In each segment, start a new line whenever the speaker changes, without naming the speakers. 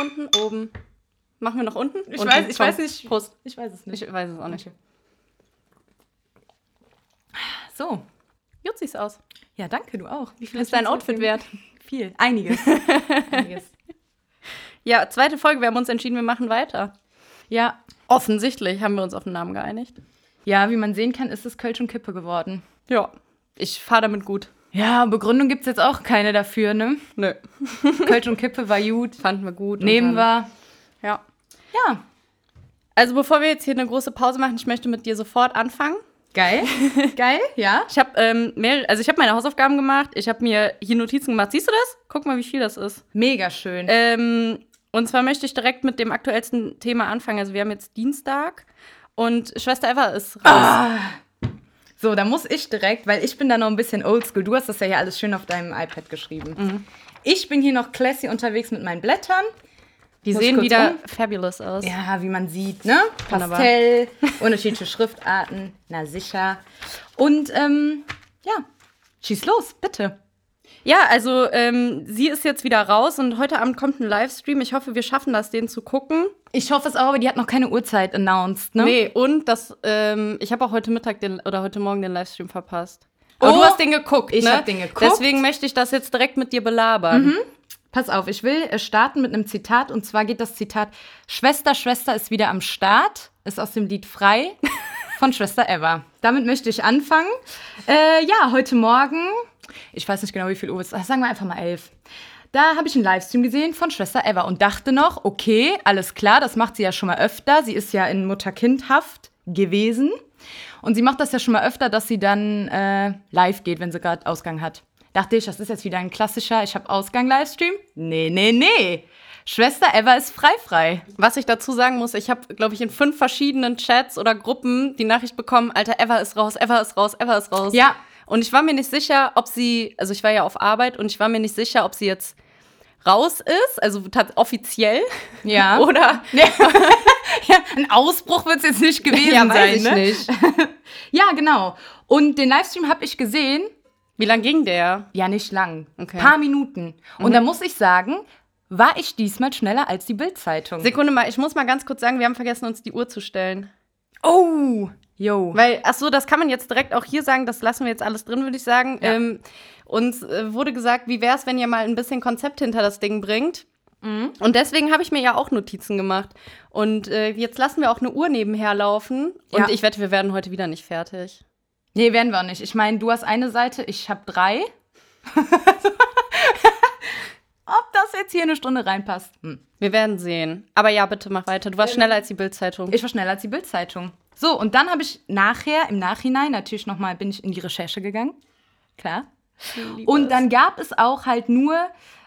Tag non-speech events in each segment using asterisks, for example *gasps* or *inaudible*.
unten, oben. Machen wir noch unten?
Ich
unten.
weiß- ich
Komm,
weiß nicht.
Prost.
Ich weiß es
Ich weiß es auch nicht.
Okay. So.
Gut sieht's aus.
Ja, danke, du auch. Wie viel
Ist
hast du
dein
jetzt
Outfit
mitgegeben?
wert?
Viel. Einiges.
*laughs*
Einiges.
Ja, zweite Folge. Wir haben uns entschieden, wir machen weiter.
Ja.
Offensichtlich haben wir uns auf den Namen geeinigt.
ja, wie man sehen kann, ist es Kölsch und Kippe geworden.
Ja. Ich fahre damit gut.
Ja, Begründung gibt es jetzt auch keine
*laughs*
dafür, ne?
Nö.
Kölsch und Kippe war gut.
Fanden wir gut. und
Nehmen
dann-
wir.
Ja.
Ja.
Also bevor wir jetzt hier eine große Pause machen, ich möchte mit dir sofort anfangen.
Geil. Geil, ja.
Ich habe ähm, mehrere, also ich habe meine Hausaufgaben gemacht, ich habe mir hier Notizen gemacht. Siehst du das? Guck mal, wie viel das ist.
Mega schön.
Ähm, und zwar möchte ich direkt mit dem aktuellsten Thema anfangen. Also wir haben jetzt Dienstag und Schwester Eva ist raus.
Ah, So, da muss ich direkt, weil ich bin da noch ein bisschen oldschool. Du hast das ja hier alles schön auf deinem iPad geschrieben.
Mhm.
Ich bin hier noch classy unterwegs mit meinen Blättern.
Die
muss ich
sehen
kurz
wieder
um?
fabulous aus.
Ja, wie man sieht, ne?
Wunderbar.
Pastell, unterschiedliche Schriftarten, na sicher. Und ähm, ja, schieß los, bitte.
Ja, also ähm, sie ist jetzt wieder raus und heute Abend kommt ein Livestream. Ich hoffe, wir schaffen das, den zu gucken.
Ich hoffe es auch, aber die hat noch keine Uhrzeit announced, ne?
Nee, und das, ähm, ich habe auch heute Mittag den, oder heute Morgen den Livestream verpasst. Aber
Oh,
du hast den geguckt,
ich
ne?
hab den geguckt.
Deswegen möchte ich das jetzt direkt mit dir belabern.
Pass auf, ich will äh, starten mit einem Zitat und zwar geht das Zitat: Schwester, Schwester ist wieder am Start, ist aus dem Lied Frei von Schwester Eva. Damit möchte ich anfangen. Äh, ja, heute Morgen, ich weiß nicht genau, wie viel Uhr es ist, sagen wir einfach mal elf. Da habe ich einen Livestream gesehen von Schwester Eva und dachte noch, okay, alles klar, das macht sie ja schon mal öfter. Sie ist ja in Mutter-Kind-Haft gewesen. Und sie macht das ja schon mal öfter, dass sie dann äh, live geht, wenn sie gerade Ausgang hat. Dachte ich, das ist jetzt wieder ein klassischer Ich habe Ausgang-Livestream? Nee, nee, nee. Schwester Eva ist frei, frei.
Was ich dazu sagen muss, ich habe, glaube ich, in fünf verschiedenen Chats oder Gruppen die Nachricht bekommen, Alter, Eva ist raus, Eva ist raus, Eva ist raus.
Ja.
Und ich war mir nicht sicher, ob sie, also ich war ja auf Arbeit und ich war mir nicht sicher, ob sie jetzt raus ist, also tat- offiziell
*laughs* Ja.
oder
ein Ausbruch wird es jetzt nicht gewesen
*laughs* ja,
sein,
weiß ich
ne?
nicht.
Ja, genau. Und den Livestream habe ich gesehen.
Wie lang ging der?
Ja, nicht lang.
Okay. Mhm.
Paar Minuten. Und da muss ich sagen, war ich diesmal schneller als die Bild-Zeitung.
Sekunde mal, ich muss mal ganz kurz sagen, wir haben vergessen, uns die Uhr zu stellen.
Oh, yo.
Weil, ach so, das kann man jetzt direkt auch hier sagen, das lassen wir jetzt alles drin, würde ich sagen.
Ja.
Ähm, uns äh, wurde gesagt, wie wäre es, wenn ihr mal ein bisschen Konzept hinter das Ding bringt.
Mhm.
Und deswegen habe ich mir ja auch Notizen gemacht. Und äh, jetzt lassen wir auch eine Uhr nebenher laufen. Und
Ja.
ich wette, wir werden heute wieder nicht fertig.
Nee, werden wir auch nicht. Ich meine, du hast eine Seite, ich habe drei. *laughs* Ob das jetzt hier eine Stunde reinpasst. Hm.
Wir werden sehen. Aber ja, bitte mach weiter. Du warst
Ähm,
schneller als die Bildzeitung.
Ich war schneller als die Bild-Zeitung. So, und dann habe ich nachher, im Nachhinein, natürlich nochmal, bin ich in die Recherche gegangen. Klar. Und dann gab es auch halt nur,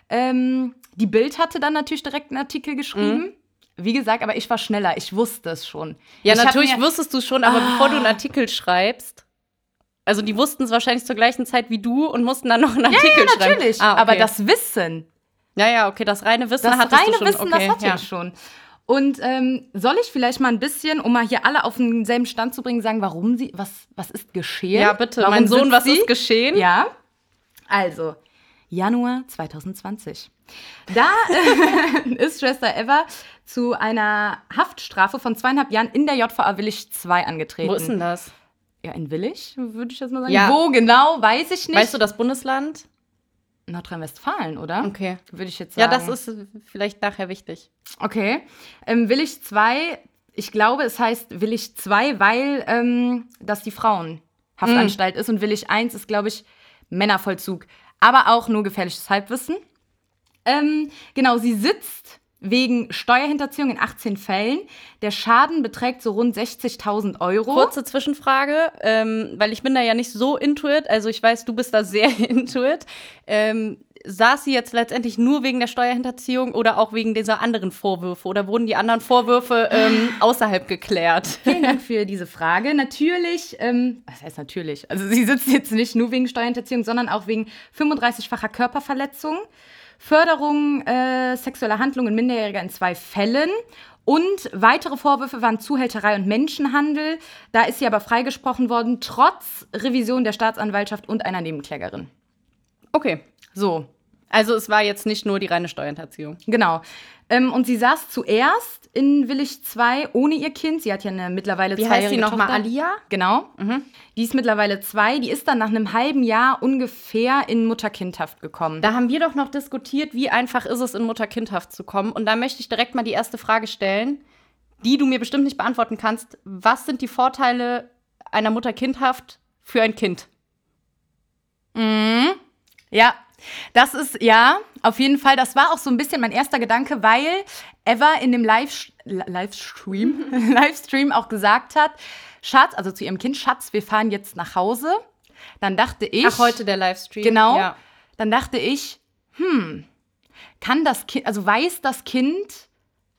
ähm, die Bild hatte dann natürlich direkt einen Artikel geschrieben. Wie gesagt, aber ich war schneller, ich wusste es schon.
Mhm. Ja,
ich hab
natürlich
mir- Ah.
wusstest du schon, aber bevor du einen Artikel schreibst. Also die wussten es wahrscheinlich zur gleichen Zeit wie du und mussten dann noch einen Artikel
Ja,
schreiben.
natürlich,
Ah, okay.
aber das Wissen,
Ja, ja, okay, das reine Wissen
Das
hattest
reine
du schon.
Wissen,
okay,
das hatte
ja.
ich schon. Und ähm, soll ich vielleicht mal ein bisschen, um mal hier alle auf denselben Stand zu bringen, sagen, warum sie, was, was ist geschehen?
Ja, bitte,
warum
mein Sohn,
sitzt
was
sie?
ist geschehen?
Ja. Also, Januar 2020. Da äh, *laughs* ist Schwester Eva zu einer Haftstrafe von zweieinhalb Jahren in der JVA Willig 2 angetreten.
Wo ist denn das?
Ja, in Willig, würde ich jetzt mal sagen.
Ja.
Wo genau, weiß ich nicht.
Weißt du das Bundesland?
Nordrhein-Westfalen, oder?
Okay.
Würde ich jetzt
Ja,
sagen.
das ist vielleicht nachher wichtig.
Okay. Ähm, Willig 2, ich glaube, es heißt Willig 2, weil ähm, das die Frauenhaftanstalt ist und Willig 1 ist, glaube ich, Männervollzug. Aber auch nur gefährliches Halbwissen. Ähm, genau, sie sitzt wegen Steuerhinterziehung in 18 Fällen. Der Schaden beträgt so rund 60.000 Euro.
Kurze Zwischenfrage, ähm, weil ich bin da ja nicht so intuit, also ich weiß, du bist da sehr *laughs* intuit. Ähm, saß sie jetzt letztendlich nur wegen der Steuerhinterziehung oder auch wegen dieser anderen Vorwürfe? Oder wurden die anderen Vorwürfe
*sighs*
ähm, außerhalb geklärt?
Vielen Dank für diese Frage. Natürlich, ähm, was heißt natürlich? Also sie sitzt jetzt nicht nur wegen Steuerhinterziehung, sondern auch wegen 35-facher Körperverletzung, Förderung äh, sexueller Handlungen Minderjähriger in zwei Fällen. Und weitere Vorwürfe waren Zuhälterei und Menschenhandel. Da ist sie aber freigesprochen worden, trotz Revision der Staatsanwaltschaft und einer Nebenklägerin.
Okay.
So,
Also es war jetzt nicht nur die reine Steuerhinterziehung.
Genau. Ähm, und sie saß zuerst in Willig 2 ohne ihr Kind. Sie hat ja eine mittlerweile
Wie heißt sie
zweijährige
nochmal?
Tochter.
Alia?
Genau. Die ist mittlerweile zwei. Die ist dann nach einem halben Jahr ungefähr in Mutter-Kind-Haft gekommen.
Da haben wir doch noch diskutiert, wie einfach ist es, in Mutter-Kindhaft zu kommen. Und da möchte ich direkt mal die erste Frage stellen, die du mir bestimmt nicht beantworten kannst. Was sind die Vorteile einer Mutter-Kindhaft für ein Kind?
Ja, das ist, ja, auf jeden Fall. Das war auch so ein bisschen mein erster Gedanke, weil Eva in dem Live Livestream, *laughs* Livestream auch gesagt hat, Schatz, also zu ihrem Kind, Schatz, wir fahren jetzt nach Hause. Dann dachte ich,
Ach, heute der Livestream.
genau,
Ja.
dann dachte ich, hm, kann das Kind, also weiß das Kind,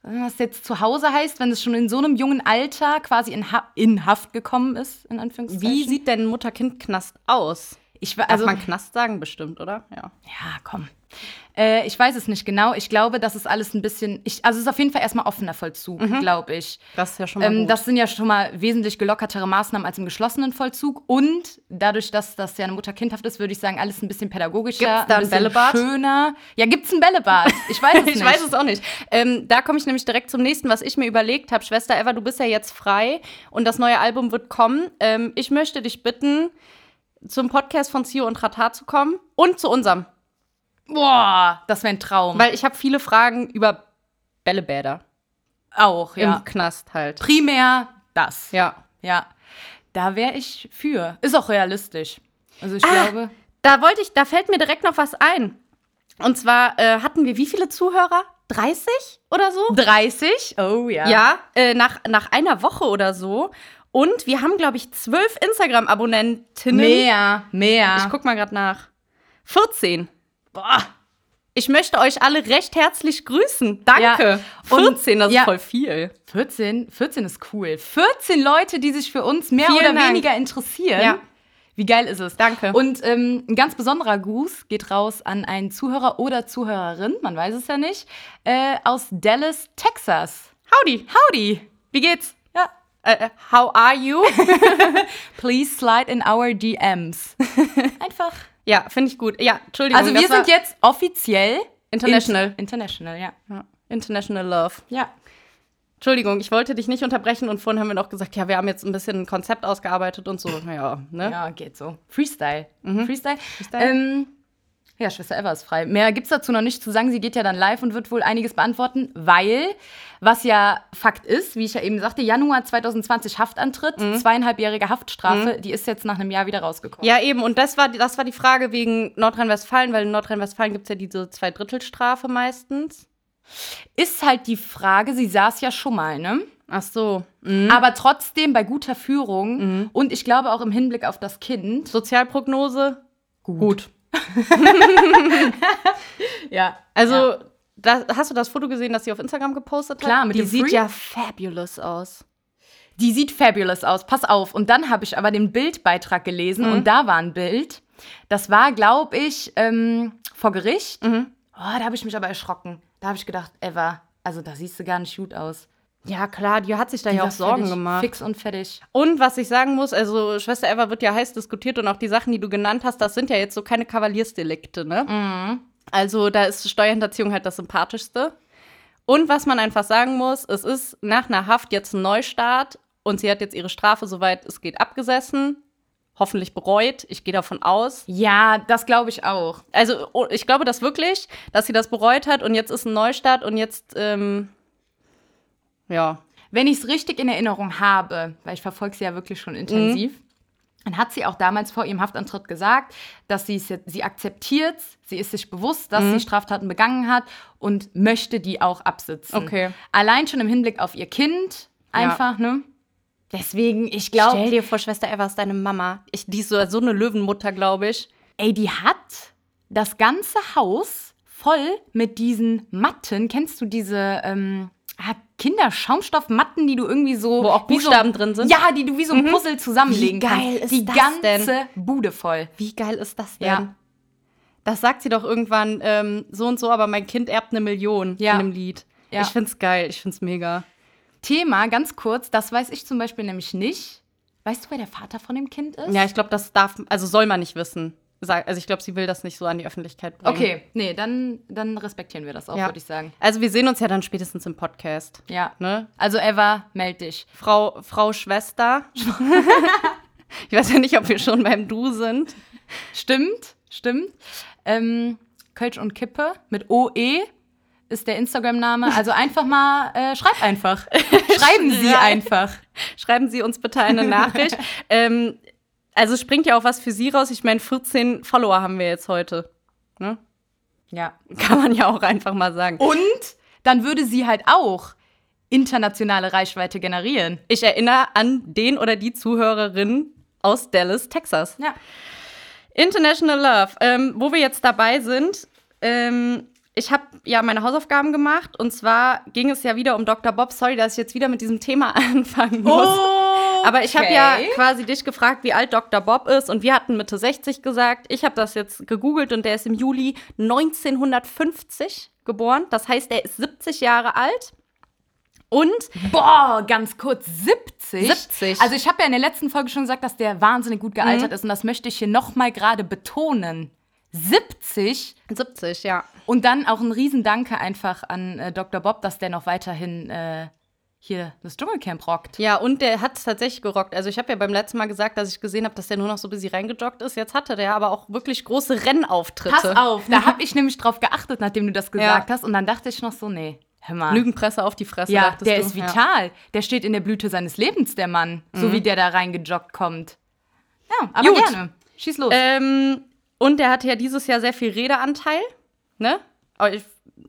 was jetzt zu Hause heißt, wenn es schon in so einem jungen Alter quasi in, ha in Haft gekommen ist, in Anführungszeichen?
Wie sieht denn Mutter-Kind-Knast aus?
ich, wa-
Also
also,
Darf man Knast sagen bestimmt, oder? Ja.
Ja, komm. Äh, ich weiß es nicht genau. Ich glaube, das ist alles ein bisschen. Ich, also, es ist auf jeden Fall erstmal offener Vollzug,
Mhm.
glaube ich.
Das ist ja schon mal
Ähm,
gut.
das sind ja schon mal wesentlich gelockertere Maßnahmen als im geschlossenen Vollzug. Und dadurch, dass das ja eine Mutter kindhaft ist, würde ich sagen, alles ein bisschen pädagogischer,
Gibt's da ein
ein bisschen
Bällebad?
schöner. Ja, gibt's ein Bällebad?
*laughs*
Ich weiß es nicht.
ich weiß es auch nicht. Ähm, da komme ich nämlich direkt zum nächsten, was ich mir überlegt habe. Schwester Eva, du bist ja jetzt frei und das neue Album wird kommen. Ähm, ich möchte dich bitten, zum Podcast von Sio und Rata zu kommen und zu unserem,
Boah, das wäre ein Traum.
weil ich habe viele Fragen über Bällebäder
auch, ja.
im Knast halt.
Primär das.
Ja.
ja. Da wäre ich für. Ist auch realistisch. Also, ich
Ah.
glaube.
Da wollte ich, da fällt mir direkt noch was ein. Und zwar äh, hatten wir wie viele Zuhörer? 30 oder so?
30? Oh ja.
Ja, äh, nach, nach einer Woche oder so. Und wir haben, glaube ich, zwölf Instagram-Abonnentinnen.
Mehr, mehr.
Ich guck mal gerade nach. 14.
Boah.
Ich möchte euch alle recht herzlich grüßen. Danke.
Ja. Und-
14, das
ja.
ist voll viel.
14, 14 ist cool. 14 Leute, die sich für uns mehr
Vielen
oder
Dank.
weniger interessieren.
Ja.
Wie geil ist es?
Danke.
Und ähm, ein ganz besonderer Gruß geht raus an einen Zuhörer oder Zuhörerin, man weiß es ja nicht, äh, aus Dallas, Texas.
Howdy.
Howdy.
Wie geht's?
Ja.
Äh, äh, how are you?
Please slide in
*laughs*
our DMs. Einfach.
*laughs* ja, finde ich gut. Ja, Entschuldigung.
Also wir
Genau, das war
sind jetzt offiziell
International.
Int- international, ja.
Ja, International Love.
Ja.
Entschuldigung, ich wollte dich nicht unterbrechen und vorhin haben wir noch gesagt, ja, wir haben jetzt ein bisschen ein Konzept ausgearbeitet und so. Ja, ne?
*laughs* Ja, geht so. Freestyle. Freestyle.
Mhm. Freestyle.
Ähm, ja, Schwester Eva ist frei. Mehr gibt's dazu noch nicht zu sagen. Sie geht ja dann live und wird wohl einiges beantworten, weil, was ja Fakt ist, wie ich ja eben sagte, Januar 2020 Haftantritt, zweieinhalbjährige Haftstrafe, die ist jetzt nach einem Jahr wieder rausgekommen.
Mhm. Ja, eben. Und das war, die- das war die Frage wegen Nordrhein-Westfalen, weil in Nordrhein-Westfalen gibt es ja diese Zweidrittelstrafe meistens.
Ist halt die Frage, sie saß ja schon mal, ne?
Ach so. Hm.
Aber trotzdem bei guter Führung
Mhm.
und ich glaube auch im Hinblick auf das Kind.
Sozialprognose? Gut.
*laughs* Ja.
Also,
Ja.
das, hast du das Foto gesehen, das sie auf Instagram gepostet hat?
Klar, mit
Die
dem
sieht
Free-
ja fabulous aus.
Die sieht fabulous aus, pass auf. Und dann habe ich aber den Bildbeitrag gelesen
Mhm.
und da war ein Bild. Das war, glaube ich, ähm, vor Gericht.
Mhm.
Oh, da habe ich mich aber erschrocken. Da habe ich gedacht, Eva, also da siehst du gar nicht gut aus.
Ja, klar, die hat sich da
Die
ja auch
war
Sorgen
fertig,
gemacht.
Fix und fertig.
Und was ich sagen muss, also Schwester Eva wird ja heiß diskutiert und auch die Sachen, die du genannt hast, das sind ja jetzt so keine Kavaliersdelikte, ne? Also da ist Steuerhinterziehung halt das Sympathischste. Und was man einfach sagen muss, es ist nach einer Haft jetzt ein Neustart und sie hat jetzt ihre Strafe, soweit es geht, abgesessen. Hoffentlich bereut. Ich gehe davon aus.
Ja, das glaube ich auch.
Also oh, ich glaube das wirklich, dass sie das bereut hat und jetzt ist ein Neustart und jetzt, ähm, ja.
Wenn ich es richtig in Erinnerung habe, weil ich verfolge sie ja wirklich schon
Mhm.
intensiv, dann hat sie auch damals vor ihrem Haftantritt gesagt, dass sie es, jetzt- sie akzeptiert, sie ist sich bewusst, dass
Mhm.
sie Straftaten begangen hat und möchte die auch absitzen.
Okay.
Allein schon im Hinblick auf ihr Kind einfach, ne? Deswegen, ich glaube,
dir vor, Schwester Eva ist deine Mama. Ich, die ist so, so eine Löwenmutter, glaube ich.
ey, die hat das ganze Haus voll mit diesen Matten. Kennst du diese ähm, ah, Kinderschaumstoffmatten, die du irgendwie so
Wo auch
wie so-
Buchstaben drin sind? Mhm.
Ja, die du wie so ein Puzzle zusammenlegen
Wie geil
kannst.
ist
die
das
ganze
denn?
Bude voll.
Wie geil ist das denn?
Ja.
Das sagt sie doch irgendwann ähm, so und so, aber mein Kind erbt eine Million
Ja.
in einem Lied.
Ja.
Ich find's geil, ich find's mega.
Thema ganz kurz, das weiß ich zum Beispiel nämlich nicht. Weißt du, wer der Vater von dem Kind ist?
Ja, ich glaube, das darf, also soll man nicht wissen. Sag- Also ich glaube, sie will das nicht so an die Öffentlichkeit bringen.
Okay, nee, dann, dann respektieren wir das auch,
Ja.
würde ich sagen.
Also wir sehen uns ja dann spätestens im Podcast.
Ja.
Ne?
Also Eva, meld dich.
Frau, Frau Schwester. *laughs* ich weiß ja nicht, ob wir schon beim Du sind.
Stimmt, stimmt. Ähm, Kölsch und Kippe mit OE ist der Instagram-Name. Also einfach mal, äh, schreib einfach. *laughs* Schreiben Sie
Schrei-
einfach.
Schreiben Sie uns bitte eine Nachricht. ähm, also es springt ja auch was für Sie raus. Ich meine, 14 Follower haben wir jetzt heute. Ne?
Ja.
Kann man ja auch einfach mal sagen.
Und dann würde sie halt auch internationale Reichweite generieren.
Ich erinnere an den oder die Zuhörerin aus Dallas, Texas.
Ja.
International Love, ähm, wo wir jetzt dabei sind. Ähm, ich habe ja meine Hausaufgaben gemacht und zwar ging es ja wieder um Dr. Bob. Sorry, dass ich jetzt wieder mit diesem Thema *laughs* anfangen muss.
Oh,
Aber ich habe ja quasi dich gefragt, wie alt Dr. Bob ist und wir hatten Mitte 60 gesagt. Ich habe das jetzt gegoogelt und der ist im Juli 1950 geboren. Das heißt, er ist 70 Jahre alt. Und
Boah, ganz kurz, 70?
70.
Also ich habe ja in der letzten Folge schon gesagt, dass der wahnsinnig gut gealtert ist und das möchte ich hier nochmal gerade betonen. 70
70, ja.
und dann auch ein Riesendanke einfach an äh, Dr. Bob, dass der noch weiterhin äh, hier das Dschungelcamp rockt.
Ja, und der hat es tatsächlich gerockt. Also ich habe ja beim letzten Mal gesagt, dass ich gesehen habe, dass der nur noch so ein bisschen reingejoggt ist. Jetzt hatte der aber auch wirklich große Rennauftritte.
Pass auf,
*laughs*
da habe ich nämlich drauf geachtet, nachdem du das gesagt hast und dann dachte ich noch so, nee, hör mal.
Lügenpresse auf die Fresse.
ja,
dachtest
der
du.
ist
Ja. Mhm.
vital. Der steht in der Blüte seines Lebens, der Mann, so wie der da reingejoggt kommt. Ja, aber
Gut.
gerne. Schieß los.
Ähm, und der hatte ja dieses Jahr sehr viel Redeanteil, ne? Aber ich,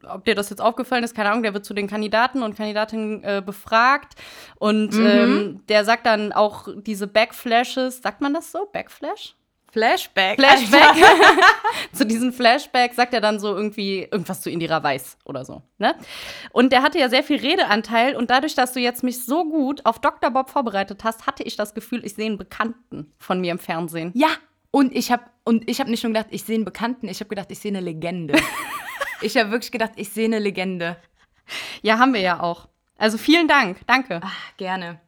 ob dir das jetzt aufgefallen ist, keine Ahnung, der wird zu den Kandidaten und Kandidatinnen äh, befragt. Und ähm, der sagt dann auch diese Backflashes, sagt man das so? Backflash?
Flashback.
*laughs* Flashback. Also zu diesem Flashback sagt er dann so irgendwie irgendwas zu Indira Weiß oder so. Ne? Und der hatte ja sehr viel Redeanteil und dadurch, dass du jetzt mich so gut auf Dr. Bob vorbereitet hast, hatte ich das Gefühl, ich sehe einen Bekannten von mir im Fernsehen.
Ja, und ich habe und ich habe nicht nur gedacht, ich sehe einen Bekannten, ich habe gedacht, ich sehe eine Legende.
*laughs*
ich habe wirklich gedacht, ich sehe eine Legende.
Ja, haben wir ja auch. Also vielen Dank, danke.
Ach, Ah, gerne.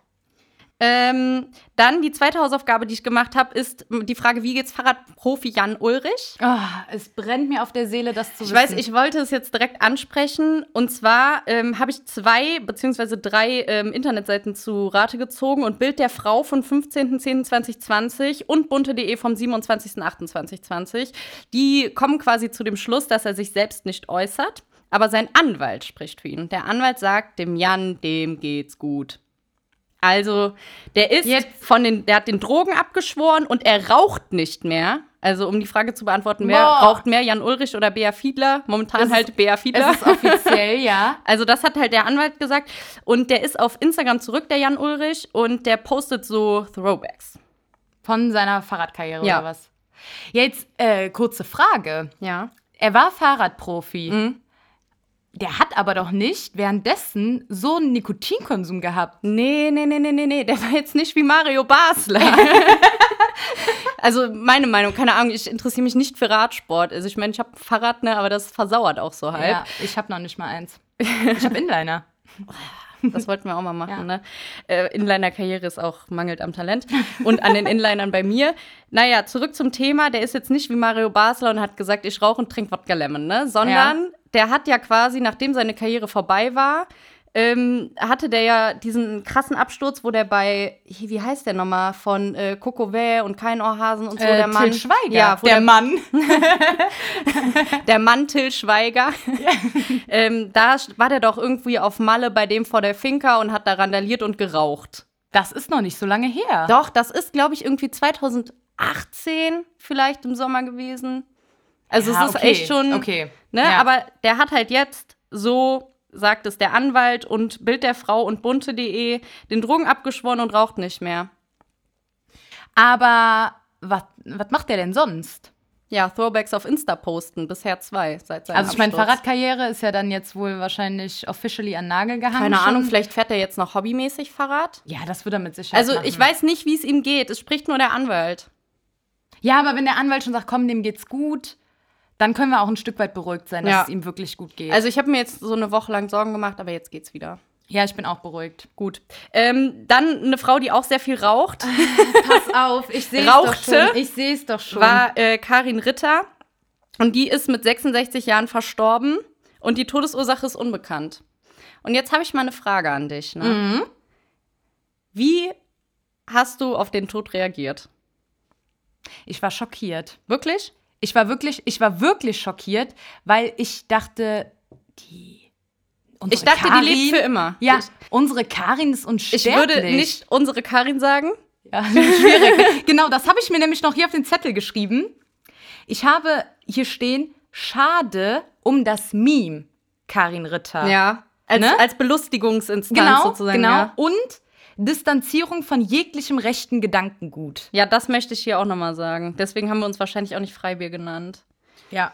Ähm, dann die zweite Hausaufgabe, die ich gemacht habe, ist die Frage, wie geht's Fahrradprofi Jan Ulrich?
Ah, es brennt mir auf der Seele, das zu
Ich
wissen.
weiß, ich wollte es jetzt direkt ansprechen. Und zwar ähm, habe ich zwei beziehungsweise drei ähm, Internetseiten zu Rate gezogen und Bild der Frau vom 15.10.2020 und bunte.de vom 27.08.2020. Die kommen quasi zu dem Schluss, dass er sich selbst nicht äußert, aber sein Anwalt spricht für ihn. Der Anwalt sagt, dem Jan, dem geht's gut. Also, der ist
Jetzt-
von den, der hat den Drogen abgeschworen und er raucht nicht mehr. Also, um die Frage zu beantworten, wer
Boah.
raucht mehr, Jan Ulrich oder Bea Fiedler? Momentan
Das
halt Bea Fiedler.
es ist offiziell, ja.
*laughs* Also, das hat halt der Anwalt gesagt. Und der ist auf Instagram zurück, der Jan Ulrich, und der postet so Throwbacks.
Von seiner Fahrradkarriere
Ja.
oder was? Ja, Jetzt äh, kurze Frage.
Ja.
Er war Fahrradprofi.
Mhm.
Der hat aber doch nicht währenddessen so einen Nikotinkonsum gehabt.
Nee, nee, nee, nee, nee, nee. Der war jetzt nicht wie Mario
*laughs*
Basler. also, meine Meinung, keine Ahnung, ich interessiere mich nicht für Radsport. Also, ich meine, ich habe ein Fahrrad, ne, aber das versauert auch so halb.
Ja, ich habe noch nicht mal eins. Ich
*laughs*
habe Inliner.
Das wollten wir auch mal machen,
Ja.
ne? Äh, Inliner-Karriere ist auch mangelt am Talent und an den Inlinern bei mir. Naja, zurück zum Thema. Der ist jetzt nicht wie Mario Basler und hat gesagt, ich rauche und trinke Wodka Lemon, ne? Sondern der hat ja quasi, nachdem seine Karriere vorbei war, ähm, hatte der ja diesen krassen Absturz, wo der bei, hier, wie heißt der nochmal, von äh, Coco Vä und Kein Ohrhasen und so, Äh, der Mann.
Äh, Till Schweiger.
Ja, wo
der
der,
Mann.
der Mann Till Schweiger. *laughs* ähm, da war der doch irgendwie auf Malle bei dem vor der Finca und hat da randaliert und geraucht.
Das ist noch nicht so lange her.
Doch, das ist, glaube ich, irgendwie 2018 vielleicht im Sommer gewesen. Also
Ja,
es ist
okay,
echt schon.
Okay.
Ne?
Ja.
Aber der hat halt jetzt, so sagt es der Anwalt und Bild der Frau und bunte.de, den Drogen abgeschworen und raucht nicht mehr.
Aber was, was macht der denn sonst?
Ja, Throwbacks auf Insta posten, bisher zwei seit seinem
Also ich meine,
Absturz.
Fahrradkarriere ist ja dann jetzt wohl wahrscheinlich officially an Nagel gehangen.
Keine
schon.
Ahnung, vielleicht fährt er jetzt noch hobbymäßig Fahrrad.
Ja, das würde er mit Sicherheit
Also
machen.
ich weiß nicht, wie es ihm geht. Es spricht nur der Anwalt.
Ja, aber wenn der Anwalt schon sagt, komm, dem geht's gut, dann können wir auch ein Stück weit beruhigt sein, dass
Ja.
es ihm wirklich gut geht.
Also ich habe mir jetzt so eine Woche lang Sorgen gemacht, aber jetzt geht's wieder.
Ja, ich bin auch beruhigt.
Gut. Ähm, dann eine Frau, die auch sehr viel raucht,
Pass auf, ich sehe es doch
Rauchte?
schon. Ich sehe es doch schon.
war äh, Karin Ritter. Und die ist mit 66 Jahren verstorben. Und die Todesursache ist unbekannt. Und jetzt habe ich mal eine Frage an dich. Ne?
Mhm.
Wie hast du auf den Tod reagiert?
Ich war schockiert.
Wirklich?
Ich war wirklich, ich war wirklich schockiert, weil ich dachte, die.
Ich
unsere
dachte,
Karin,
die lebt für immer.
Ja,
Ich,
unsere Karin ist unsterblich.
ich würde nicht unsere Karin sagen.
Ja, *laughs* schwierig. genau, das habe ich mir nämlich noch hier auf den Zettel geschrieben. Ich habe hier stehen, schade um das Meme, Karin Ritter.
Ja. Als,
Ne?
als Belustigungsinstanz
genau,
sozusagen.
genau.
Ja.
Und Distanzierung von jeglichem rechten Gedankengut.
ja, das möchte ich hier auch nochmal sagen. Deswegen haben wir uns wahrscheinlich auch nicht Freibier genannt.
Ja,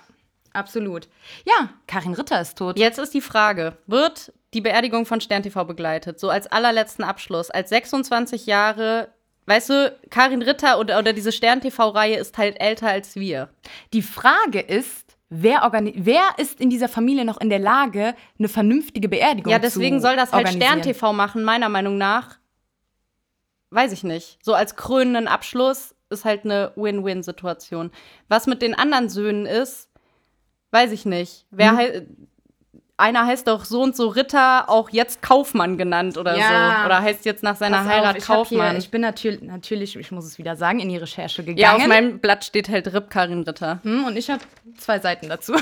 absolut. Ja, Karin Ritter ist tot.
Jetzt ist die Frage: Wird die Beerdigung von Stern TV begleitet? So als allerletzten Abschluss, als 26 Jahre. Weißt du, Karin Ritter oder, oder diese Stern TV-Reihe ist halt älter als wir.
Die Frage ist, wer, organi wer ist in dieser Familie noch in der Lage, eine vernünftige Beerdigung zu
Ja, deswegen soll das halt Stern
organisieren?
TV machen, meiner Meinung nach. Weiß ich nicht. So als krönenden Abschluss ist halt eine Win-Win-Situation. Was mit den anderen Söhnen ist, weiß ich nicht. Wer
Hm?
hei- einer heißt doch so und so Ritter, auch jetzt Kaufmann genannt oder
Ja.
so. Oder heißt jetzt nach seiner
Pass auf,
Heirat
ich hab
Kaufmann.
Hier, ich bin natürlich, natürlich, ich muss es wieder sagen, in die Recherche gegangen.
ja, auf meinem Blatt steht halt Ripp Karin Ritter.
Hm, und ich habe zwei Seiten dazu.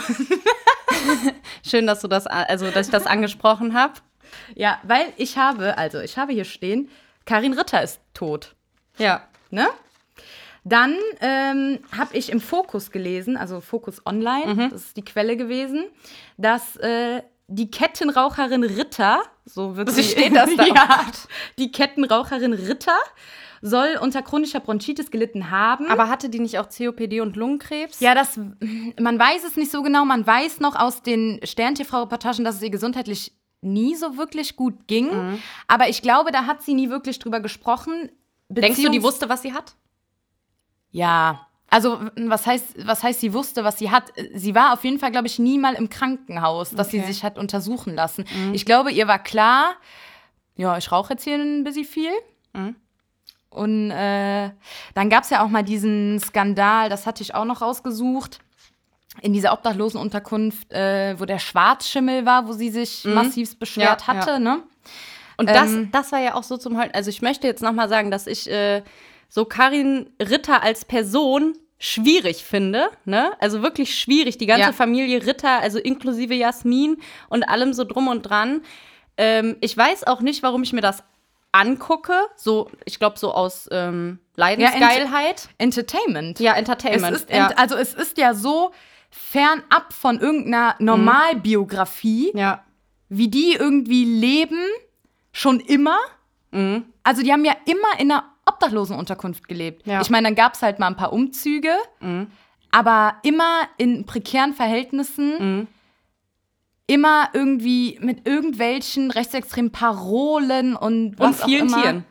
Schön, dass du das, a- also dass ich
*laughs*
das angesprochen habe.
*laughs* ja, weil ich habe, also ich habe hier stehen, Karin Ritter ist tot.
Ja.
Ne? Dann ähm, habe ich im Fokus gelesen, also Fokus Online, das ist die Quelle gewesen, dass äh, die Kettenraucherin Ritter, so wird
Wie steht
*laughs*
das da?
ja, die Kettenraucherin Ritter soll unter chronischer Bronchitis gelitten haben.
Aber hatte die nicht auch COPD und Lungenkrebs?
Hm? Ja, das, man weiß es nicht so genau. Man weiß noch aus den Stern-TV-Reportagen, dass es ihr gesundheitlich nie so wirklich gut ging.
Mhm.
Aber ich glaube, da hat sie nie wirklich drüber gesprochen.
Denkst du, die
Beziehungs-
wusste, was sie hat?
Ja. Also, was heißt, was heißt, sie wusste, was sie hat? Sie war auf jeden Fall, glaube ich, nie mal im Krankenhaus, dass sie
Okay. Mhm.
sich hat untersuchen lassen. Ich glaube, ihr war klar, ja, ich rauche jetzt hier ein bisschen viel.
Mhm.
Und äh, dann gab es ja auch mal diesen Skandal, das hatte ich auch noch rausgesucht, in dieser obdachlosen Unterkunft, äh, wo der Schwarzschimmel war, wo sie sich massivst beschwert
Mhm. Ja,
hatte.
ja.
Ne?
Und das,
Ähm.
das war ja auch so zum Heulen. Also ich möchte jetzt nochmal sagen, dass ich äh, so Karin Ritter als Person schwierig finde, ne? Also wirklich schwierig. Die ganze
Ja.
Familie Ritter, also inklusive Jasmin und allem so drum und dran. Ähm, ich weiß auch nicht, warum ich mir das angucke. So, ich glaube, so aus ähm, Leidensgeilheit.
Entertainment.
Ja, Entertainment.
Es ist
ja.
ent- Also es ist ja so fernab von irgendeiner Normalbiografie,
Mhm. ja.
wie die irgendwie leben, schon immer.
Mhm.
Also die haben ja immer in einer obdachlosen Unterkunft gelebt.
Ja. Mhm.
Ich meine, dann gab es halt mal ein paar Umzüge, aber immer in prekären Verhältnissen.
Mhm.
Immer irgendwie mit irgendwelchen rechtsextremen Parolen und
Und
was auch
vielen
immer.
Tieren.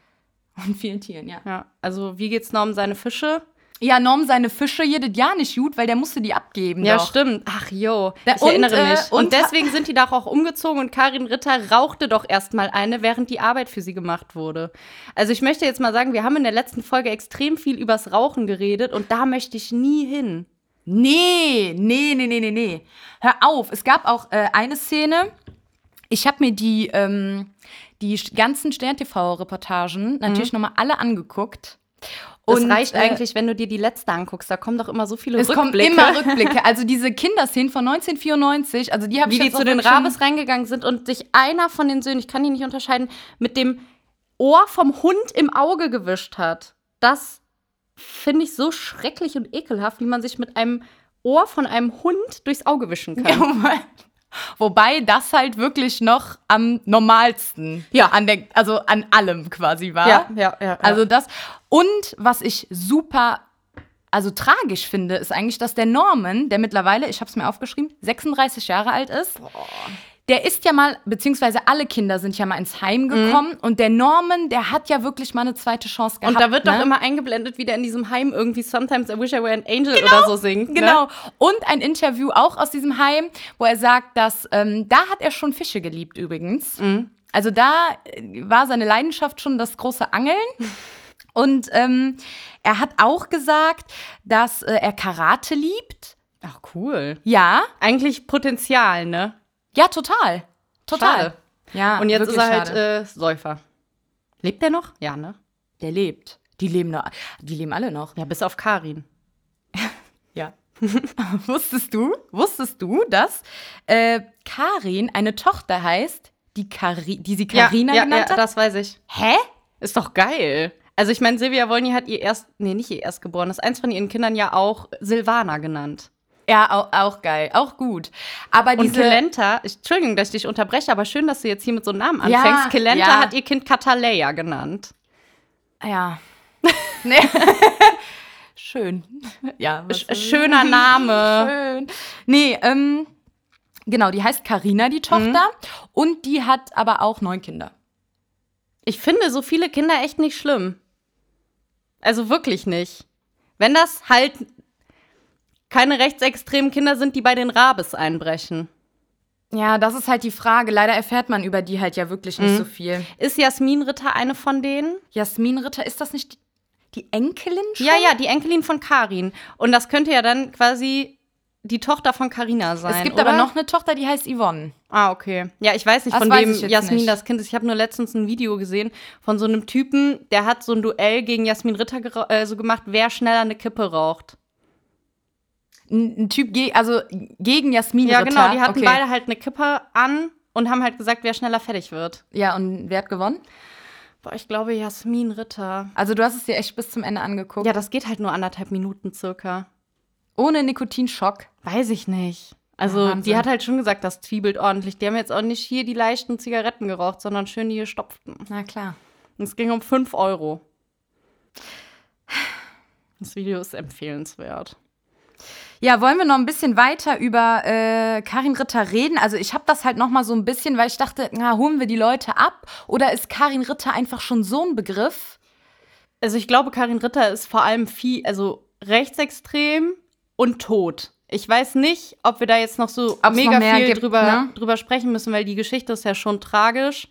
Und vielen Tieren, ja.
Ja. Also, wie geht's Norm seine Fische?
Ja, Norm seine Fische jedes Jahr nicht gut, weil der musste die abgeben.
Ja,
doch.
stimmt. Ach jo,
Da-
ich
und,
erinnere
äh,
mich. und
und ha-
deswegen sind die doch auch umgezogen und Karin Ritter rauchte doch erstmal eine, während die Arbeit für sie gemacht wurde. Also ich möchte jetzt mal sagen, wir haben in der letzten Folge extrem viel übers Rauchen geredet und da möchte ich nie hin.
Nee, nee, nee, nee, nee, nee. Hör auf, es gab auch äh, eine Szene. Ich habe mir die, ähm, die sch- ganzen Stern-TV-Reportagen natürlich nochmal alle angeguckt.
Mhm. Das
Und,
reicht
äh,
eigentlich, wenn du dir die letzte anguckst. Da kommen doch immer so viele
Es kommen
Rückblicke.
immer Rückblicke. Also diese Kinderszenen von 1994, also die habe ich
wie die
jetzt
zu
auch
den
wirklich schon-
Rabes reingegangen sind und sich einer von den Söhnen, ich kann die nicht unterscheiden, mit dem Ohr vom Hund im Auge gewischt hat. Das finde ich so schrecklich und ekelhaft, wie man sich mit einem Ohr von einem Hund durchs Auge wischen kann.
Ja, *laughs* wobei- Wobei das halt wirklich noch am normalsten, ja. an der, also an allem quasi war.
ja, ja. Also
Also das. Und was ich super, also tragisch finde, ist eigentlich, dass der Norman, der mittlerweile, ich habe es mir aufgeschrieben, 36 Jahre alt ist, Der ist ja mal, beziehungsweise alle Kinder sind ja mal ins Heim gekommen und der Norman, der hat ja wirklich mal eine zweite Chance gehabt.
Mhm. Und da wird
ne?
doch immer eingeblendet, wie der in diesem Heim irgendwie Sometimes I Wish I Were an Angel oder so singt.
Genau.
Ne?
Und ein Interview auch aus diesem Heim, wo er sagt, dass ähm, da hat er schon Fische geliebt übrigens.
Mhm.
Also da äh, war seine Leidenschaft schon das große
*laughs*
Angeln. Und ähm, er hat auch gesagt, dass äh, er Karate liebt.
Ach, cool.
Ja,
Eigentlich Potenzial, ne?
ja, total. Total.
Schade.
Ja,
Und jetzt ist
wirklich
er halt
schade.
äh, Säufer. Lebt der noch? Ja, ne?
Der lebt. Die leben, noch, die leben alle noch.
Ja, bis auf Karin.
Ja. *laughs* wusstest du, wusstest du, dass äh, Karin eine Tochter heißt, die, Kari, die sie Karina
ja,
genannt
ja,
hat?
das weiß ich.
Hä?
Ist doch geil. Also ich meine, Silvia Wolny hat ihr erst, nee, nicht ihr erstgeborenes, eins von ihren Kindern ja auch Silvana genannt.
Ja, auch, auch geil, auch gut. Aber
Und
diese
Kelenta, ich- Entschuldigung, dass ich dich unterbreche, aber schön, dass du jetzt hier mit so einem Namen
Ja,
anfängst. Kelenta
ja.
hat ihr Kind Kataleya genannt.
*laughs* ja. nee. Schön. Ja, was
Sch schöner
*laughs*
Name.
schön. Nee, ähm genau, die heißt Karina die Tochter und die hat aber auch neun Kinder.
Ich finde so viele Kinder echt nicht schlimm. Also wirklich nicht. Wenn das halt keine rechtsextremen Kinder sind, die bei den Rabes einbrechen.
Ja, das ist halt die Frage. Leider erfährt man über die halt ja wirklich nicht so viel.
Ist Jasmin Ritter eine von denen?
Jasmin Ritter, ist das nicht die, die Enkelin schon?
Ja, ja, die Enkelin von Karin. Und das könnte ja dann quasi die Tochter von Karina sein.
Es gibt
oder?
aber noch eine Tochter, die heißt Yvonne.
Ah, okay. Ja, ich weiß nicht,
Das
von
weiß
wem
ich jetzt
Jasmin
nicht.
das Kind ist. Ich habe nur letztens ein Video gesehen von so einem Typen, der hat so ein Duell gegen Jasmin Ritter gera- äh, so gemacht, wer schneller eine Kippe raucht.
Ein, ein Typ, ge also gegen Jasmin
Ja,
Ritter.
genau. Die hatten
okay.
beide halt eine Kippe an und haben halt gesagt, wer schneller fertig wird.
Ja, und wer hat gewonnen?
Boah, ich glaube Jasmin Ritter.
Also du hast es dir echt bis zum Ende angeguckt.
Ja, das geht halt nur anderthalb Minuten circa.
Ohne Nikotinschock.
Weiß ich nicht. Also,
Wahnsinn.
die hat halt schon gesagt, das zwiebelt ordentlich. Die haben jetzt auch nicht hier die leichten Zigaretten geraucht, sondern schön die gestopften.
Na klar.
Und es ging um 5 Euro. Das Video ist empfehlenswert.
Ja, wollen wir noch ein bisschen weiter über äh, Karin Ritter reden? Also ich habe das halt noch mal so ein bisschen, weil ich dachte, na, holen wir die Leute ab? Oder ist Karin Ritter einfach schon so ein Begriff?
Also, ich glaube, Karin Ritter ist vor allem viel, also rechtsextrem und tot. Ich weiß nicht, ob wir da jetzt noch so
Ob's
mega
noch mehr
viel
gibt,
drüber,
ne?
drüber sprechen müssen, weil die Geschichte ist ja schon tragisch.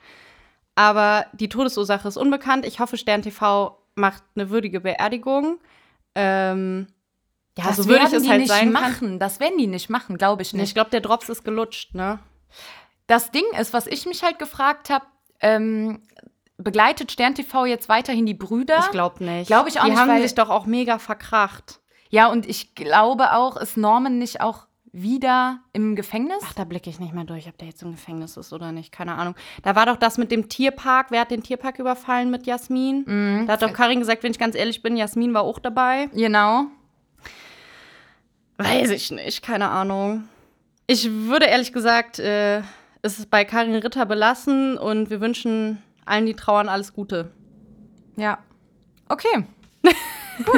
Aber die Todesursache ist unbekannt. Ich hoffe, Stern TV macht eine würdige Beerdigung. Ähm, ja, so würdig
werden
es
die
halt
nicht
sein kann.
machen. Das werden die nicht machen, glaube ich nicht.
Ich glaube, der Drops ist gelutscht, ne?
Das Ding ist, was ich mich halt gefragt habe, ähm, begleitet Stern TV jetzt weiterhin die Brüder?
Ich glaube nicht.
Glaub ich auch
die
nicht,
haben
weil-
sich doch auch mega verkracht.
ja, und ich glaube auch, ist Norman nicht auch wieder im Gefängnis?
Ach, da blicke ich nicht mehr durch, ob der jetzt im Gefängnis ist oder nicht. Keine Ahnung. Da war doch das mit dem Tierpark. Wer hat den Tierpark überfallen mit Jasmin?
Mhm.
Da hat doch Karin gesagt, wenn ich ganz ehrlich bin, Jasmin war auch dabei.
Genau.
Weiß ich nicht. Keine Ahnung. Ich würde ehrlich gesagt, äh, es ist bei Karin Ritter belassen und wir wünschen allen, die trauern, alles Gute.
Ja. Okay. *laughs* Gut.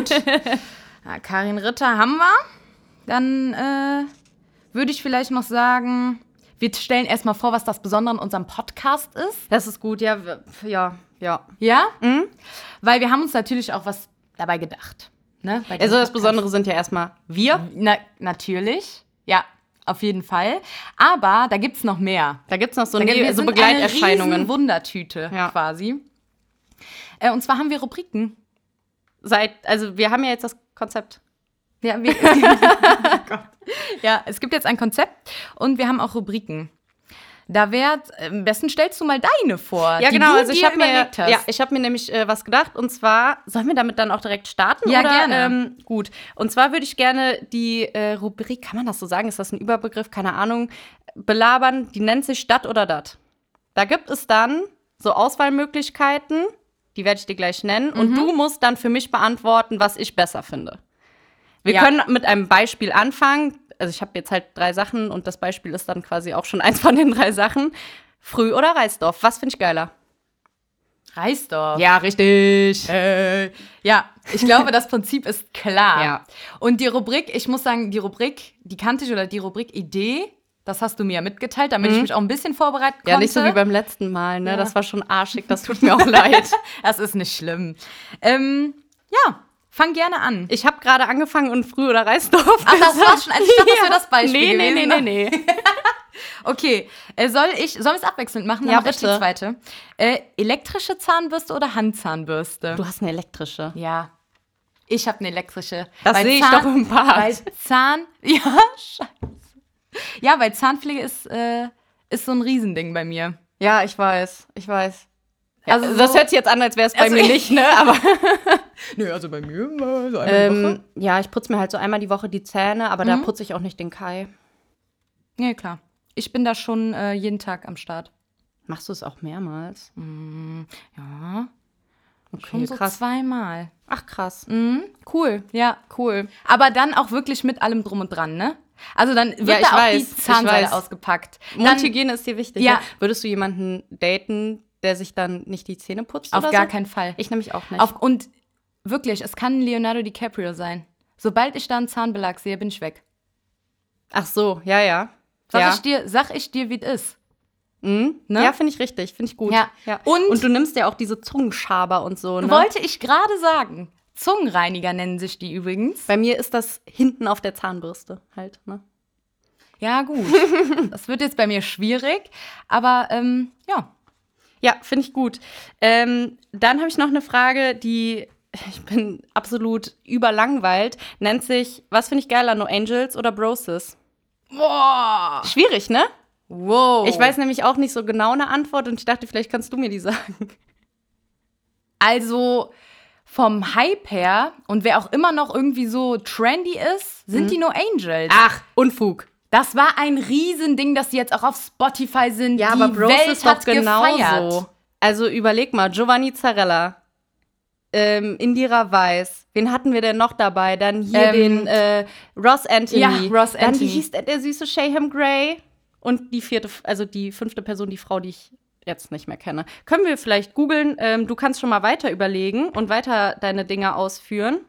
Na, Karin Ritter haben wir. Dann äh, würde ich vielleicht noch sagen, wir stellen erstmal vor, was das Besondere an unserem Podcast ist.
Das ist gut. Ja, w- ja, ja.
Ja? Weil wir haben uns natürlich auch was dabei gedacht. Ne? Bei diesem
Also das
Podcast.
Besondere sind ja erstmal wir.
Na, natürlich. Ja, auf jeden Fall. Aber da gibt es noch mehr.
Da gibt es noch so,
Da gibt-
ne,
wir
so
sind Eine
Begleiterscheinungen.
riesen Wundertüte
Ja.
quasi. Äh, und zwar haben wir Rubriken.
seit, also wir haben ja jetzt das Konzept.
Ja, *laughs* wir, Oh ja, es gibt jetzt ein Konzept und wir haben auch Rubriken. Da wäre, am besten stellst du mal deine vor. die du
also ich
dir
habe mir,
überlegt hast.
ja, ich hab mir nämlich äh, was gedacht und zwar, sollen wir damit dann auch direkt starten?
Ja,
oder?
gerne.
Ähm, gut, und zwar würde ich gerne die äh, Rubrik, kann man das so sagen, ist das ein Überbegriff, keine Ahnung, belabern, die nennt sich Stadt oder Dat. Da gibt es dann so Auswahlmöglichkeiten, die werde ich dir gleich nennen
Mhm.
und du musst dann für mich beantworten, was ich besser finde. Wir
Ja.
können mit einem Beispiel anfangen. Also ich habe jetzt halt drei Sachen und das Beispiel ist dann quasi auch schon *laughs* eins von den drei Sachen. Früh oder Reisdorf, was finde ich geiler?
Reisdorf.
Ja, richtig.
Äh, ja, ich
*laughs*
glaube, das Prinzip ist klar.
Ja.
Und die Rubrik, ich muss sagen, die Rubrik, die kannte ich oder die Rubrik Idee Das hast du mir ja mitgeteilt, damit ich mich auch ein bisschen vorbereiten konnte.
Mhm. Ja, nicht so wie beim letzten Mal, ne?
Ja.
Das war schon arschig, das tut mir auch *laughs* leid.
*laughs* Das ist nicht schlimm. Ähm, ja, fang gerne an.
Ich habe gerade angefangen und früh oder Reisdorf.
Ach, das war's schon. Also ich dachte,
*laughs*
das wäre das
Nee,
Beispiel
nee,
gewesen.
nee, nee,
*laughs*
nee.
Okay, äh, soll ich, sollen wir es abwechselnd machen?
Ja,
mach ich
bitte.
die zweite. Äh, elektrische Zahnbürste oder Handzahnbürste?
Du hast eine elektrische.
Ja. Ich habe eine elektrische.
Das
Weil
sehe ich
Zahn-
doch im Bad.
*laughs* Weil Zahn. Ja, scheiße. Ja, weil Zahnpflege ist, äh, ist so ein Riesending bei mir.
Ja, ich weiß, ich weiß.
Also
Also
so-
das hört sich jetzt an, als wäre es bei
Also
mir
ich-
nicht, ne?
*laughs*
Aber
Nö, also bei mir so einmal
ähm, ja, ich putze mir halt so einmal die Woche die Zähne, aber
Mhm.
da putze ich auch nicht den Kai.
Ja, klar. Ich bin da schon äh, jeden Tag am Start.
Machst du es auch mehrmals?
Mm, Ja,
Okay,
schon so
krass.
zweimal.
Ach krass.
Cool, ja, cool. Aber dann auch wirklich mit allem drum und dran, ne? Also dann wird
Ja, ich
da auch
weiß,
die
ich
Zahnseide
weiß.
ausgepackt. Dann
Mundhygiene ist dir wichtig.
Ja.
ne? Würdest du jemanden daten, der sich dann nicht die Zähne putzt
auf
oder
gar
so?
keinen Fall.
Ich nämlich auch nicht.
Auf, und wirklich, es kann Leonardo DiCaprio sein. Sobald ich da einen Zahnbelag sehe, bin ich weg.
Ach so, ja, ja.
Sag
ja.
ich dir, sag ich dir, wie es ist.
Mhm.
Ne?
Ja, finde ich richtig, finde ich gut.
Ja. Und-
Und, du nimmst ja auch diese Zungenschaber und so, ne?
Wollte ich gerade sagen. Zungenreiniger nennen sich die übrigens.
Bei mir ist das hinten auf der Zahnbürste halt, ne?
Ja, *laughs* gut. das wird jetzt bei mir schwierig, aber ähm, ja.
Ja, finde ich gut. Ähm, dann habe ich noch eine Frage, die *laughs* ich bin absolut überlangweilt. Nennt sich, was finde ich geiler, No Angels oder Broses?
Boah.
Schwierig, ne?
Wow.
Ich weiß nämlich auch nicht so genau eine Antwort und ich dachte, vielleicht kannst du mir die sagen.
Also vom Hype her und wer auch immer noch irgendwie so trendy ist, sind die No Angels.
Ach, Unfug.
Das war ein Riesending, dass sie jetzt auch auf Spotify sind.
Ja,
die
aber Bros
Welt
ist
hat
doch genauso.
gefeiert.
Also überleg mal, Giovanni Zarella, ähm, Indira Weiß, wen hatten wir denn noch dabei? Dann hier
Ähm,
den äh, Ross Anthony.
ja, Ross
Dann wie
Anthony.
hieß der, der süße Shaham Gray? Und die vierte, also die fünfte Person, die Frau, die ich jetzt nicht mehr kenne. Können wir vielleicht googeln? Ähm, du kannst schon mal weiter überlegen und weiter deine Dinge ausführen.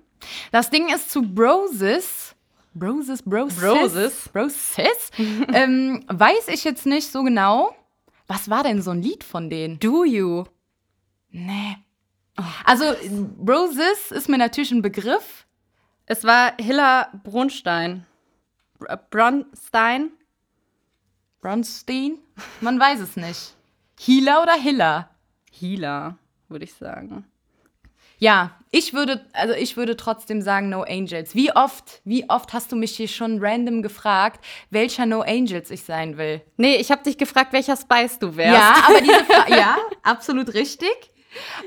Das Ding ist zu Broses. Broses, Broses.
Broses.
Broses. *laughs* ähm, weiß ich jetzt nicht so genau. Was war denn so ein Lied von denen?
Do you?
Nee. Also, Broses ist mir natürlich ein Begriff.
Es war Hilla Brunstein. Br- äh, Bronstein?
Bronstein? Man weiß es nicht. Hila oder Hilla?
Hila, würde ich sagen.
Ja, ich würde, also ich würde trotzdem sagen No Angels. Wie oft, wie oft hast du mich hier schon random gefragt, welcher No Angels ich sein will?
Nee, ich habe dich gefragt, welcher Spice du wärst.
Ja, aber diese *laughs* Fra ja, absolut richtig.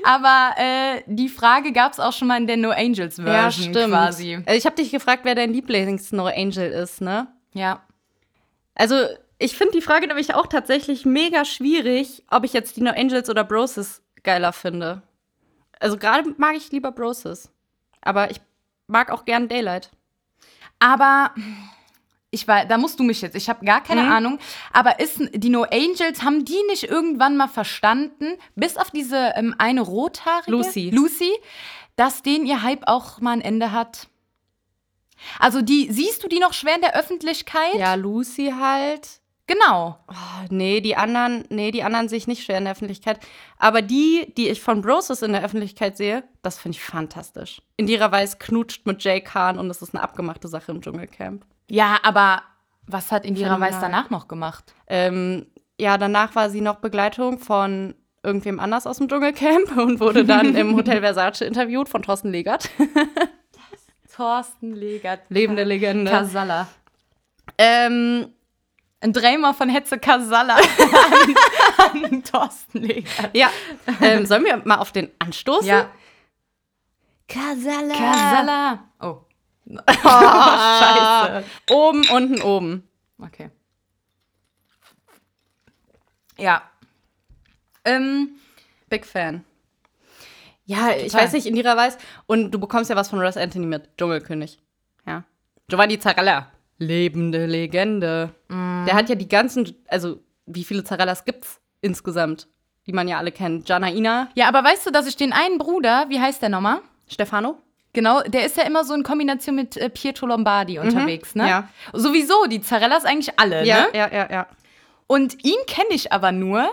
Aber äh, die Frage gab es auch schon mal in der No Angels Version quasi.
Äh, Ich habe dich gefragt, wer dein Lieblings-No Angel ist, ne?
Ja.
Also, ich finde die Frage nämlich auch tatsächlich mega schwierig, ob ich jetzt die No Angels oder Broses geiler finde. Also, gerade mag ich lieber Broses. Aber ich mag auch gern Daylight.
Aber ich war, da musst du mich jetzt, ich habe gar keine Ahnung. Aber ist, die No Angels, haben die nicht irgendwann mal verstanden, bis auf diese ähm, eine rothaarige
Lucy.
Lucy, dass denen ihr Hype auch mal ein Ende hat? Also die, siehst du die noch schwer in der Öffentlichkeit?
Ja, Lucy halt.
Genau.
Oh, nee, die anderen, nee, die anderen sehe ich nicht schwer in der Öffentlichkeit. Aber die, die ich von Broses in der Öffentlichkeit sehe, das finde ich fantastisch. Indira Weiß knutscht mit Jay Khan und es ist eine abgemachte Sache im Dschungelcamp.
Ja, aber was hat Indira
Phänomenal.
Weiß danach noch gemacht?
Ähm, ja, danach war sie noch Begleitung von irgendwem anders aus dem Dschungelcamp *laughs* und wurde dann im Hotel Versace interviewt von Thorsten Legert.
Thorsten Legert.
*laughs* Lebende
Äh.
Legende.
Kasala.
Ähm,
Ein Dreimer von Hetze Kasala *laughs* an, an Thorsten Legert.
ja, ähm, sollen wir mal auf den anstoßen?
Ja.
Kasala.
Kasala. *laughs* Oh,
Scheiße. Oben, unten, oben.
Okay. Ja. Ähm,
Big Fan. Ja, ich
Total.
weiß nicht, Indira weiß. Und du bekommst ja was von Russ Anthony mit. Dschungelkönig. Ja. Giovanni Zarella. Lebende Legende.
Mhm.
Der hat ja die ganzen, also wie viele Zarellas gibt's insgesamt? Die man ja alle kennt. Jana Ina,
ja, aber weißt du, dass ich den einen Bruder, wie heißt der nochmal?
Stefano.
Genau, der ist ja immer so in Kombination mit äh, Pietro Lombardi unterwegs, ne?
ja.
Sowieso, die Zarellas eigentlich alle,
Ja,
ne?
ja, ja, ja.
Und ihn kenne ich aber nur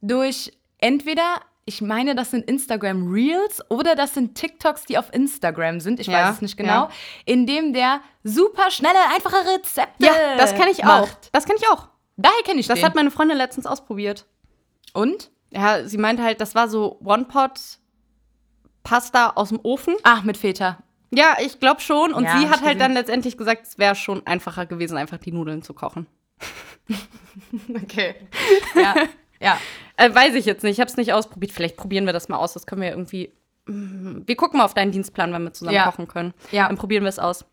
durch entweder, ich meine, das sind Instagram Reels oder das sind TikToks, die auf Instagram sind, ich
Ja,
weiß es nicht genau,
ja.
in dem der super schnelle, einfache Rezepte
Ja, das kenne ich auch.
Äh, macht.
Das kenne ich auch.
Daher kenne ich
Das
den.
hat meine Freundin letztens ausprobiert.
Und?
Ja, sie meinte halt, das war so One-Pot-Pasta aus dem Ofen.
Ach, Ah, mit Feta.
Ja, ich glaube schon. Und
Ja,
sie
hab
hat
ich
halt
gesehen.
dann letztendlich gesagt, es wäre schon einfacher gewesen, einfach die Nudeln zu kochen.
Okay.
*laughs*
Ja, ja.
Äh, weiß ich jetzt nicht. Ich habe es nicht ausprobiert. Vielleicht probieren wir das mal aus. Das können wir irgendwie. Mm, Wir gucken mal auf deinen Dienstplan, wenn wir zusammen
Ja.
kochen können.
Ja.
Dann probieren wir es aus.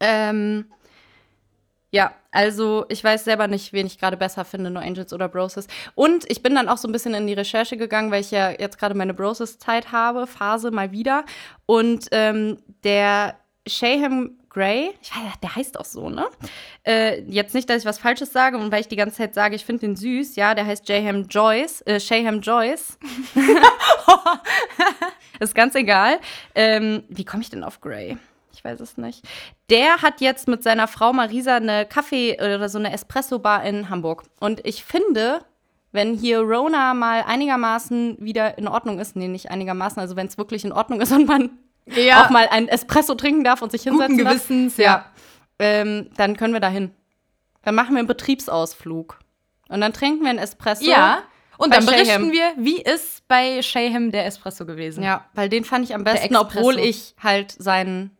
Ähm, ja, also ich weiß selber nicht, wen ich gerade besser finde, No Angels oder Broses. Und ich bin dann auch so ein bisschen in die Recherche gegangen, weil ich ja jetzt gerade meine Broses-Zeit habe, Phase mal wieder. Und ähm, der Shaham Gray, ich weiß, der heißt auch so, ne? Äh, jetzt nicht, dass ich was Falsches sage und weil ich die ganze Zeit sage, ich finde den süß, ja, der heißt Jaham Joyce, äh, Shaham Joyce. Ist ganz egal. Ähm, wie komme ich denn auf Grey? Ich weiß es nicht. Der hat jetzt mit seiner Frau Marisa eine Kaffee- äh, oder so eine Espresso-Bar in Hamburg. Und ich finde, wenn hier Rona mal einigermaßen wieder in Ordnung ist, nee, nicht einigermaßen, also wenn es wirklich in Ordnung ist und man
Ja.
auch mal einen Espresso trinken darf und sich hinsetzen
Guten
darf,
Gewissens, ja.
ähm, dann können wir da hin. Dann machen wir einen Betriebsausflug. Und dann trinken wir einen Espresso.
Ja. Und
Bei
dann
Shayham.
berichten wir, wie ist bei Shayham der Espresso gewesen.
Ja, weil den fand ich am besten,
Espresso.
obwohl ich halt seinen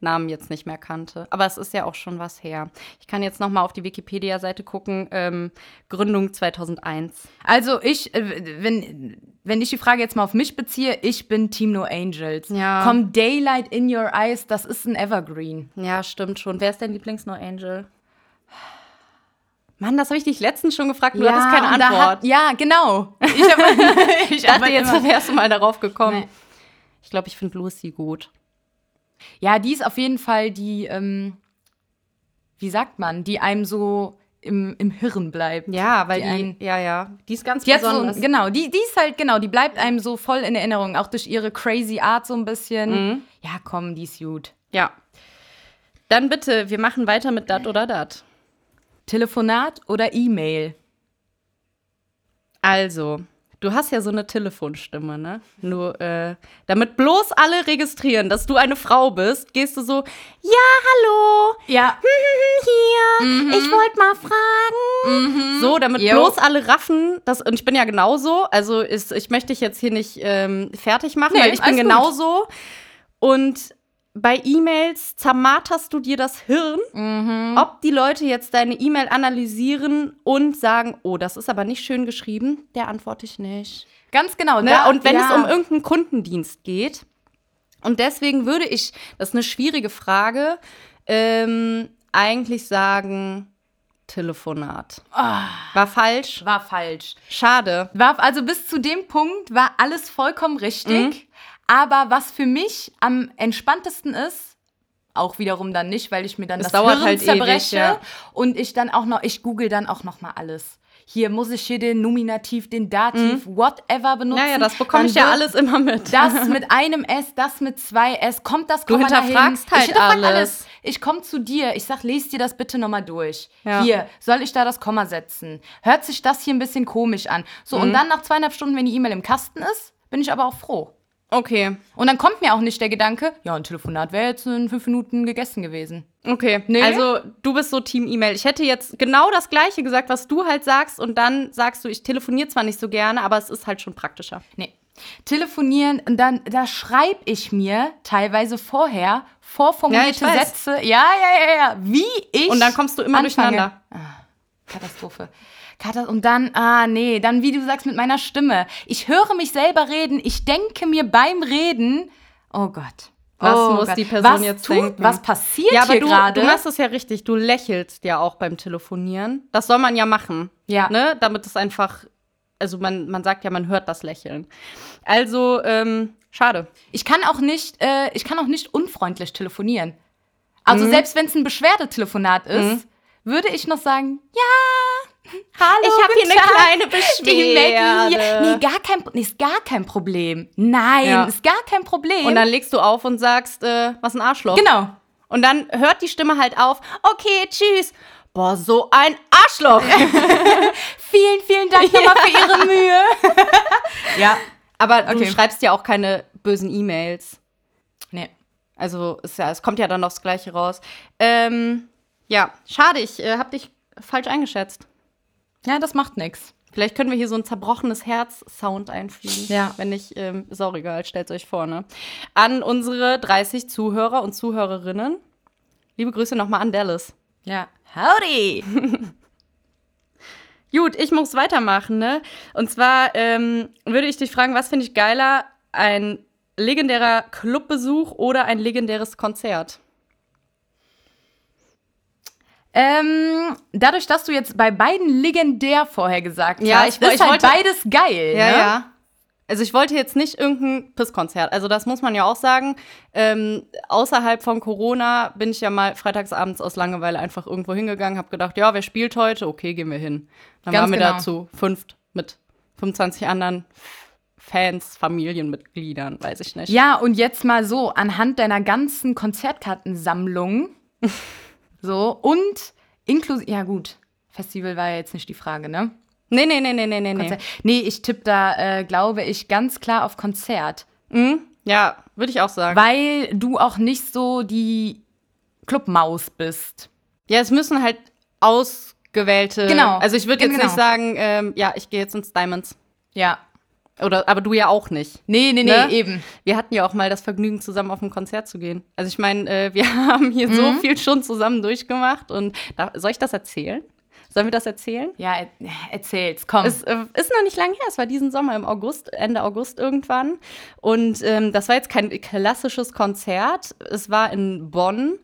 Namen jetzt nicht mehr kannte. Aber es ist ja auch schon was her. Ich kann jetzt noch mal auf die Wikipedia-Seite gucken. Ähm, Gründung 2001.
Also ich, äh, wenn, wenn ich die Frage jetzt mal auf mich beziehe, ich bin Team No Angels.
Ja.
Komm, Daylight in Your Eyes, das ist ein Evergreen.
Ja, stimmt schon. Wer ist dein Lieblings-No Angel? Mann, das habe ich dich letztens schon gefragt. Du hattest keine
und da
Antwort.
Hat, ja, genau. Ich, *laughs* hab, ich
ich halt dachte,
arbeite
jetzt
immer-
wärst du mal darauf gekommen.
Nee.
Ich glaube, ich finde Lucy gut.
Ja, die ist auf jeden Fall die, ähm, wie sagt man, die einem so im, im Hirn bleibt.
Ja, weil
Die
die,
einen-
ja, ja. Die ist ganz
Die hat so,
besonders.
genau, die, die ist halt, genau, die bleibt einem so voll in Erinnerung, auch durch ihre crazy Art so ein bisschen.
Mhm.
Ja, komm, die ist gut.
ja. Dann bitte, wir machen weiter mit dat oder dat.
Telefonat oder E-Mail?
Also, du hast ja so eine Telefonstimme, ne? Nur, äh, damit bloß alle registrieren, dass du eine Frau bist, gehst du so, ja, hallo,
Ja,
hier, ich wollte mal fragen. So, damit
Mhm. Jo.
bloß alle raffen, das, und ich bin ja genauso, also ist, ich möchte dich jetzt hier nicht ähm, fertig machen,
Nee,
weil ich bin
alles gut.
genauso. Und bei E-Mails zermarterst du dir das Hirn,
Mhm.
ob die Leute jetzt deine E-Mail analysieren und sagen, oh, das ist aber nicht schön geschrieben, der antworte ich nicht.
Ganz genau.
Ne?
da-
und wenn
ja.
es um irgendeinen Kundendienst geht. Und deswegen würde ich, das ist eine schwierige Frage, ähm, eigentlich sagen, Telefonat. War falsch.
Ah, War falsch.
Schade.
War, also bis zu dem Punkt war alles vollkommen richtig.
Mhm.
Aber was für mich am entspanntesten ist, auch wiederum dann nicht, weil ich mir dann
Es
das
dauert
Hirn
halt ewig,
zerbreche
ja.
und ich dann auch noch, ich google dann auch noch mal alles. Hier muss ich hier den Nominativ, den Dativ, whatever benutzen.
Mhm. Naja, das bekomme
Dann
ich ja
wird
alles immer
*laughs*
mit.
Das
*laughs*
mit einem S, das mit zwei S, kommt das
Du
Komma
hinterfragst
dahin?
halt
ich hinterfrag
alles.
Ich komme zu dir, ich sag, lest dir das bitte nochmal durch.
Ja.
Hier, soll ich da das Komma setzen? Hört sich das hier ein bisschen komisch an? So,
Mhm.
und dann nach zweieinhalb Stunden, wenn die E-Mail im Kasten ist, bin ich aber auch froh.
Okay,
Und dann kommt mir auch nicht der Gedanke, ja, ein Telefonat wäre jetzt in fünf Minuten gegessen gewesen.
okay.
Nee.
Also du bist so Team E-Mail. Ich hätte jetzt genau das Gleiche gesagt, was du halt sagst. Und dann sagst du, ich telefoniere zwar nicht so gerne, aber es ist halt schon praktischer.
Nee. Telefonieren und dann, da schreibe ich mir teilweise vorher vorformulierte
Ja, ich weiß.
Sätze. Ja, ja, ja, ja. Wie ich.
Und dann kommst du immer
anfange.
durcheinander.
Katastrophe. Katas und dann, ah nee, dann wie du sagst mit meiner Stimme. Ich höre mich selber reden, ich denke mir beim Reden, oh Gott.
Was
oh
muss die Person
was
jetzt
tut,
denken?
Was passiert
Ja, aber
hier
du,
gerade?
du machst es ja richtig. Du lächelst ja auch beim Telefonieren. Das soll man ja machen.
Ja.
Ne? Damit es einfach, also man, man sagt ja, man hört das Lächeln. Also, ähm, schade.
Ich kann auch nicht, äh, ich kann auch nicht unfreundlich telefonieren.
Mhm.
Also selbst wenn es ein Beschwerdetelefonat ist, würde ich noch sagen, ja,
Hallo, ich habe hier
Tag.
*laughs* eine kleine
Die Maggie hier. Nee,
Beschwerde.
gar kein, nee, ist gar kein Problem. Nein,
Ja.
ist gar kein Problem.
und dann legst du auf und sagst, äh, was ein Arschloch.
genau.
Und dann hört die Stimme halt auf, okay, tschüss. Boah, so ein *laughs* Arschloch.
Vielen, vielen Dank nochmal für Ihre Mühe.
*laughs*
ja.
Aber du
Okay.
schreibst ja auch keine bösen E-Mails.
Nee.
Also ist ja, es kommt ja dann aufs Gleiche raus. Ähm, ja, schade, ich äh, habe dich falsch eingeschätzt.
Ja, das macht nichts.
Vielleicht können wir hier so ein zerbrochenes Herz-Sound einfügen.
Ja.
Wenn nicht, ähm, ist auch egal, stellt euch vor, ne? An unsere 30 Zuhörer und Zuhörerinnen. Liebe Grüße nochmal an Dallas.
Ja. Howdy.
Gut, ich muss weitermachen, ne? Und zwar ähm, würde ich dich fragen, was finde ich geiler, ein legendärer Clubbesuch oder ein legendäres Konzert?
Ähm, dadurch, dass du jetzt bei beiden legendär vorher gesagt
Ja,
hast,
ich woll-
ist
ich
halt
wollte-
beides geil.
Ja,
ne?
ja. Also ich wollte jetzt nicht irgendein Pisskonzert. Also das muss man ja auch sagen. Ähm, außerhalb von Corona bin ich ja mal freitagsabends aus Langeweile einfach irgendwo hingegangen, habe gedacht, ja, wer spielt heute? Okay, gehen wir hin. Dann
Ganz
waren wir
genau.
dazu fünft mit 25 anderen Fans, Familienmitgliedern, weiß ich nicht.
Ja, und jetzt mal so, anhand deiner ganzen
*laughs*
Konzertkartensammlung, so, und inklusive, ja gut, Festival war ja jetzt nicht die Frage, ne?
Nee, nee, nee, nee, nee, nee, nee.
Konzert. Nee, ich tippe da, äh, glaube ich, ganz klar auf Konzert,
Ja, würde ich auch sagen.
weil du auch nicht so die Clubmaus bist.
Ja, es müssen halt ausgewählte.
Genau.
Also ich würde jetzt
Genau.
nicht sagen, ähm, ja, ich gehe jetzt ins Diamonds.
Ja.
Oder, aber du ja auch nicht.
Nee, nee, nee,
Ne?
eben.
Wir hatten ja auch mal das Vergnügen, zusammen auf ein Konzert zu gehen. Also ich meine, äh, wir *laughs* haben hier so viel schon zusammen durchgemacht. Und da, soll ich das erzählen? Sollen wir das erzählen?
Ja, er erzähl's, komm.
Es äh, ist noch nicht lange her, es war diesen Sommer im August, Ende August irgendwann. Und ähm, das war jetzt kein klassisches Konzert, es war in Bonn.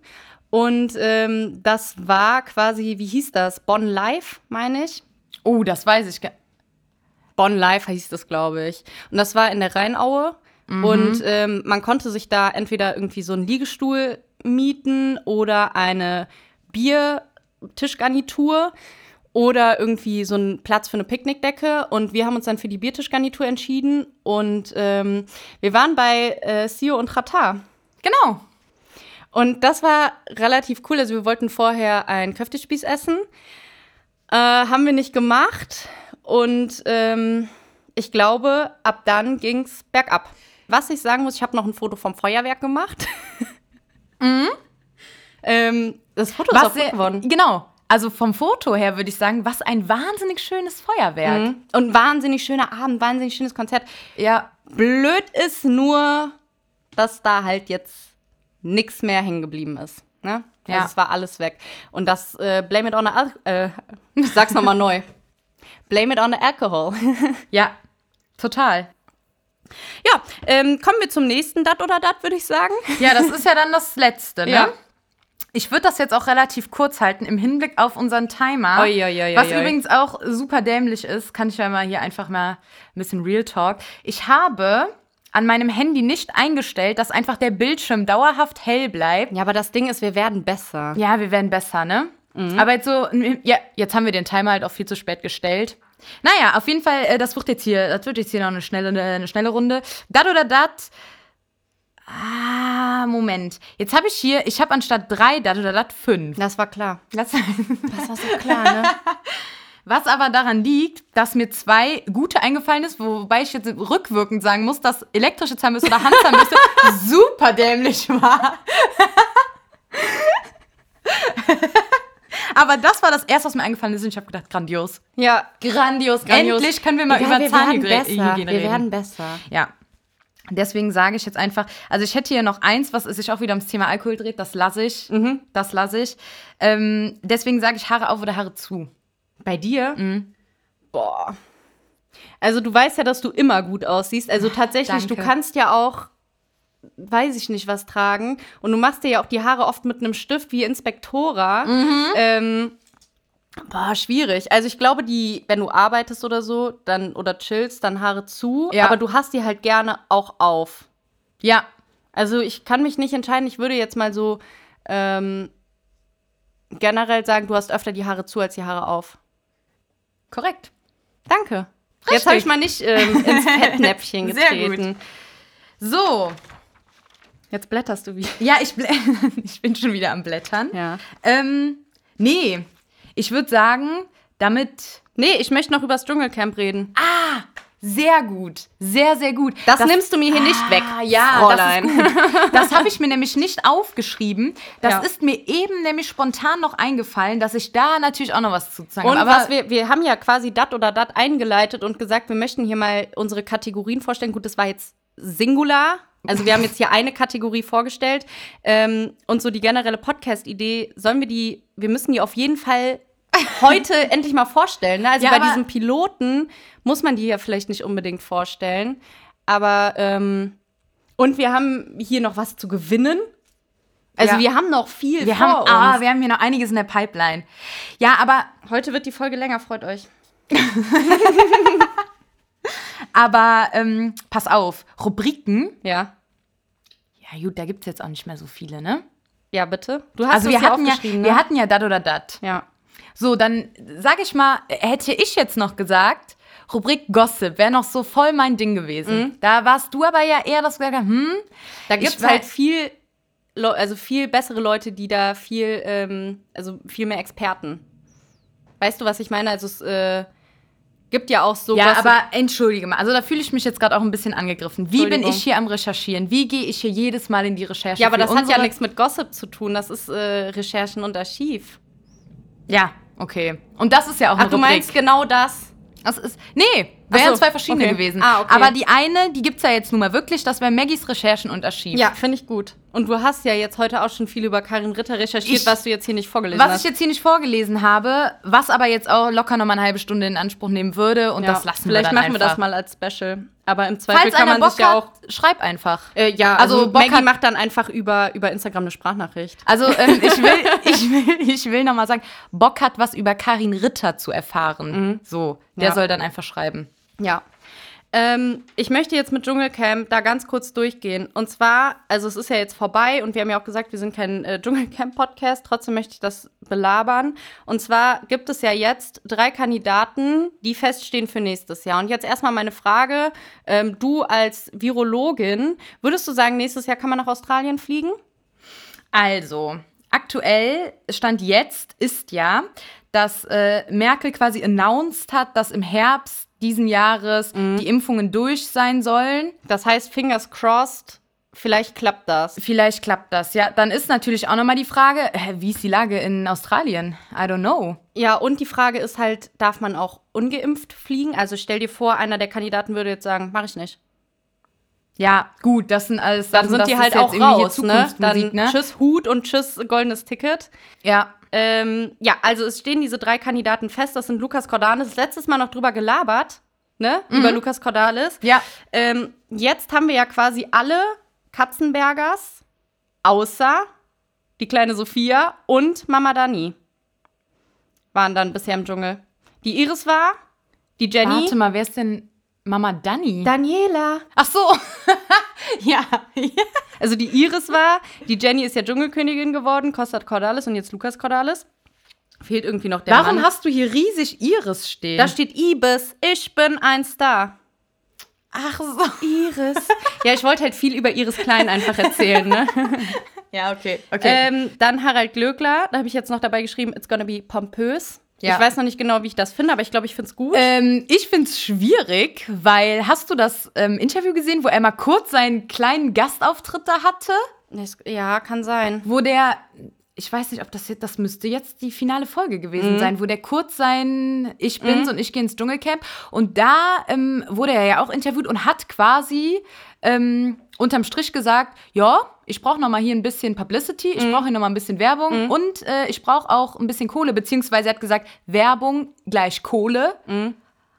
Und ähm, das war quasi, wie hieß das? Bonn Live, meine ich.
oh, das weiß ich. ge-
Bonn Live hieß das, glaube ich. Und das war in der Rheinaue. Und ähm, man konnte sich da entweder irgendwie so einen Liegestuhl mieten oder eine Biertischgarnitur oder irgendwie so einen Platz für eine Picknickdecke. Und wir haben uns dann für die Biertischgarnitur entschieden. Und ähm, wir waren bei äh, Sio und Rata.
Genau.
Und das war relativ cool. Also wir wollten vorher einen Köftespieß essen. Äh, haben wir nicht gemacht. Und ähm, ich glaube, ab dann ging es bergab. Was ich sagen muss, ich habe noch ein Foto vom Feuerwerk gemacht. *laughs* ähm, Mhm. das Foto ist auch
sehr-
gut geworden.
Genau. Also vom Foto her würde ich sagen, was ein wahnsinnig schönes Feuerwerk.
Mhm. Und wahnsinnig schöner Abend, wahnsinnig schönes Konzert.
Ja,
Blöd ist nur, dass da halt jetzt nichts mehr hängen geblieben ist. Ne?
Ja.
Also es war alles weg. Und das äh, Blame it on the Al äh, *laughs* Ich sag's nochmal neu. Blame it on the alcohol. *laughs*
ja, total.
ja, ähm, kommen wir zum nächsten Dat oder Dat, würde ich sagen.
Ja, das ist ja dann das Letzte, ne?
Ja.
Ich würde das jetzt auch relativ kurz halten im Hinblick auf unseren Timer.
Oi, oi, oi,
was
oi, oi.
übrigens auch super dämlich ist, kann ich ja mal hier einfach mal ein bisschen Real Talk. Ich habe an meinem Handy nicht eingestellt, dass einfach der Bildschirm dauerhaft hell bleibt.
Ja, aber das Ding ist, wir werden besser.
Ja, wir werden besser, ne? Aber jetzt so, ja, jetzt haben wir den Timer halt auch viel zu spät gestellt. Naja, auf jeden Fall, äh, das wird jetzt hier, das wird jetzt hier noch eine schnelle, eine schnelle Runde. Dat oder dat. Ah, Moment. Jetzt habe ich hier, ich habe anstatt drei dat oder dat fünf.
Das war klar.
Das-
Das war so klar, ne?
Was aber daran liegt, dass mir zwei gute eingefallen ist, wobei ich jetzt rückwirkend sagen muss, dass elektrische Zahnbürste
*laughs*
oder Handzahnbürste super dämlich war. aber das war das erste, was mir eingefallen ist und ich habe gedacht, grandios.
*laughs* ja,
Grandios,
grandios.
Endlich können wir mal
Egal,
über
wir werden besser.
Zahnhygiene
Wir werden
reden.
besser.
Ja. Deswegen sage ich jetzt einfach, also ich hätte hier noch eins, was sich auch wieder ums Thema Alkohol dreht, das lasse ich.
Mhm.
Das lasse ich. Ähm, deswegen sage ich Haare auf oder Haare zu.
Bei dir?
Mhm.
Boah. Also du weißt ja, dass du immer gut aussiehst. Also tatsächlich, du
Ah, danke.
kannst ja auch, weiß ich nicht, was tragen. Und du machst dir ja auch die Haare oft mit einem Stift wie Inspektora.
Mhm.
Ähm, boah, schwierig. Also ich glaube, die, wenn du arbeitest oder so, dann oder chillst, dann Haare zu.
Ja.
Aber du hast die halt gerne auch auf.
Ja,
Also ich kann mich nicht entscheiden. Ich würde jetzt mal so ähm, generell sagen, du hast öfter die Haare zu als die Haare auf.
Korrekt.
Danke. Jetzt habe ich mal nicht ähm,
*laughs*
ins Fettnäpfchen
Sehr
getreten.
So,
Jetzt blätterst
*laughs*
du wieder.
ja, ich, blä- *laughs* ich bin schon wieder am Blättern.
Ja.
Ähm, nee, ich würde sagen, damit
Nee, ich möchte noch über das Dschungelcamp reden.
sehr gut, sehr, sehr gut.
das, nimmst du mir hier nicht weg.
Ah, ja,
Fräulein.
das ist gut. *laughs* Das habe ich mir nämlich nicht aufgeschrieben. Das
Ja.
ist mir eben nämlich spontan noch eingefallen, dass ich da natürlich auch noch was zu sagen
Und
habe. Aber
was wir, wir haben ja quasi dat oder dat eingeleitet und gesagt, wir möchten hier mal unsere Kategorien vorstellen. Gut, das war jetzt Singular. Also wir haben jetzt hier eine Kategorie vorgestellt. Ähm, und so die generelle Podcast-Idee, sollen wir die, wir müssen die auf jeden Fall heute endlich mal vorstellen. Ne? Also
Ja,
bei
aber-
diesem Piloten muss man die ja vielleicht nicht unbedingt vorstellen. Aber ähm, und wir haben hier noch was zu gewinnen. Also
Ja.
wir haben noch viel
wir
vor
haben,
uns.
ah, wir haben hier noch einiges in der Pipeline. Ja, aber
Heute wird die Folge länger, freut euch.
Aber ähm, pass auf, Rubriken.
Ja.
Ja, gut, da gibt es jetzt auch nicht mehr so viele, ne?
Ja, bitte. Du hast
also
es
wir
ja
hatten ja,
aufgeschrieben,
wir
ne?
hatten ja dat oder dat.
ja.
So, dann sage ich mal, hätte ich jetzt noch gesagt, Rubrik Gossip wäre noch so voll mein Ding gewesen.
Mhm.
Da warst du aber ja eher das gesagt, hast, hm,
Da
Ich
gibt es halt
wei-
viel, Leu- also viel bessere Leute, die da viel, ähm, also viel mehr Experten. Weißt du, was ich meine? Also es äh, gibt ja auch so.
ja,
Gossip-
aber entschuldige mal. Also da fühle ich mich jetzt gerade auch ein bisschen angegriffen. Wie bin
Entschuldigung.
ich hier am Recherchieren? Wie gehe ich hier jedes Mal in die Recherche?
ja, aber
für
das hat ja
unsere-
nichts mit Gossip zu tun. Das ist äh, Recherchen und Archiv.
Ja, okay. Und das ist ja auch
Ach,
eine
du
Rubrik.
meinst genau das?
Das ist, nee,
Ach
wären
so,
zwei verschiedene
okay.
gewesen.
Ah, okay.
Aber die eine, die gibt's ja jetzt nun mal wirklich, das wäre Maggies Recherchen und Archiv.
Ja, finde ich gut. Und du hast ja jetzt heute auch schon viel über Karin Ritter recherchiert,
Ich-
was du jetzt hier nicht vorgelesen
Was ich
hast.
jetzt hier nicht vorgelesen habe, was aber jetzt auch locker nochmal eine halbe Stunde in Anspruch nehmen würde und
ja,
Oh, das lassen
vielleicht
wir dann
machen wir
einfach.
das mal als Special. Aber im Zweifel
Falls
kann
einer
man
Bock
sich ja auch
hat, schreib einfach.
Äh, ja,
Also
also,
Bock
Maggie
hat-
macht dann einfach über, über Instagram eine Sprachnachricht.
Also ähm, ich
*laughs*
will, ich will, ich will nochmal sagen, Bock hat was über Karin Ritter zu erfahren. So, der
Mhm. Ja.
soll dann einfach schreiben.
Ja. Ähm, ich möchte jetzt mit Dschungelcamp da ganz kurz durchgehen. Und zwar, also es ist ja jetzt vorbei und wir haben ja auch gesagt, wir sind kein äh, Dschungelcamp-Podcast, trotzdem möchte ich das belabern. Und zwar gibt es ja jetzt drei Kandidaten, die feststehen für nächstes Jahr. Und jetzt erstmal meine Frage, ähm, du als Virologin, würdest du sagen, nächstes Jahr kann man nach Australien fliegen?
Also, aktuell, Stand jetzt, ist ja, dass äh, Merkel quasi announced hat, dass im Herbst diesen Jahres
Mhm.
die Impfungen durch sein sollen.
Das heißt, fingers crossed, vielleicht klappt das.
Vielleicht klappt das. Ja, dann ist natürlich auch nochmal die Frage, äh, wie ist die Lage in Australien? I don't know.
Ja, und die Frage ist halt, darf man auch ungeimpft fliegen? Also stell dir vor, einer der Kandidaten würde jetzt sagen, mache ich nicht.
Ja, gut, das sind alles
Dann
Sachen,
sind
das
die
ist
halt
jetzt
auch
irgendwie hier
raus, ne? Dann
Zukunftsmusik, ne?
tschüss Hut und tschüss goldenes Ticket.
Ja,
Ähm, ja, also es stehen diese drei Kandidaten fest. Das sind Lukas Cordalis. Letztes Mal noch drüber gelabert, ne? Über
Mhm.
Lukas Cordalis.
ja.
Ähm, jetzt haben wir ja quasi alle Katzenbergers, außer die kleine Sophia und Mama Dani. Waren dann bisher im Dschungel. Die Iris war, die Jenny.
Warte mal, wer ist denn Mama Dani?
Daniela.
Ach so. *laughs* ja.
Also die Iris war, die Jenny ist ja Dschungelkönigin geworden, Kostat Cordalis und jetzt Lukas Cordalis. Fehlt irgendwie noch der
Warum
Mann.
hast du hier riesig Iris stehen?
da steht Ibis, ich bin ein Star.
Ach so.
Iris. *laughs* ja, ich wollte halt viel über Iris Klein einfach erzählen, ne?
Ja, okay.
Ähm, dann Harald Glöckler, da habe ich jetzt noch dabei geschrieben, it's gonna be pompös.
Ja.
Ich weiß noch nicht genau, wie ich das finde, aber ich glaube, ich finde es gut.
Ähm, ich finde es schwierig, weil hast du das ähm, Interview gesehen, wo er mal kurz seinen kleinen Gastauftritt da hatte?
Es- ja, kann sein.
Wo der, ich weiß nicht, ob das jetzt, das müsste jetzt die finale Folge gewesen sein, wo der kurz sein Ich bin's und ich gehe ins Dschungelcamp. Und da ähm, wurde er ja auch interviewt und hat quasi ähm, unterm Strich gesagt, ja, ich brauche nochmal hier ein bisschen Publicity, ich brauche hier nochmal ein bisschen Werbung und äh, ich brauche auch ein bisschen Kohle, beziehungsweise er hat gesagt, Werbung gleich Kohle.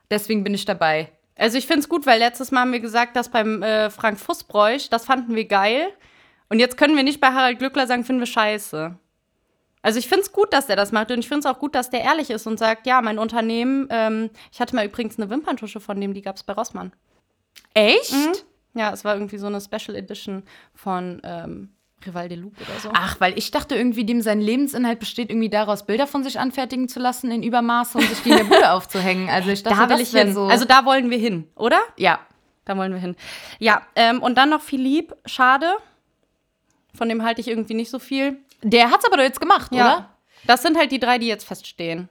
Deswegen bin ich dabei.
Also ich finde es gut, weil letztes Mal haben wir gesagt, dass beim äh, Frank Fußbräuch, das fanden wir geil. Und jetzt können wir nicht bei Harald Glöckler sagen, finden wir scheiße. Also ich finde es gut, dass der das macht und ich finde es auch gut, dass der ehrlich ist und sagt, ja, mein Unternehmen, ähm, ich hatte mal übrigens eine Wimperntusche von dem, die gab es bei Rossmann.
Echt?
Ja, es war irgendwie so eine Special Edition von ähm, Rival de Loup oder so.
Ach, weil ich dachte irgendwie, dem sein Lebensinhalt besteht irgendwie daraus, Bilder von sich anfertigen zu lassen in Übermaße und sich die in der Bude *laughs* aufzuhängen. Also ich dachte, das wäre so.
Also da wollen wir hin, oder?
ja,
Da wollen wir hin. Ja, ähm, und dann noch Philipp, schade. Von dem halte ich irgendwie nicht so viel.
der hat's aber doch jetzt gemacht, oder?
Das sind halt die drei, die jetzt feststehen.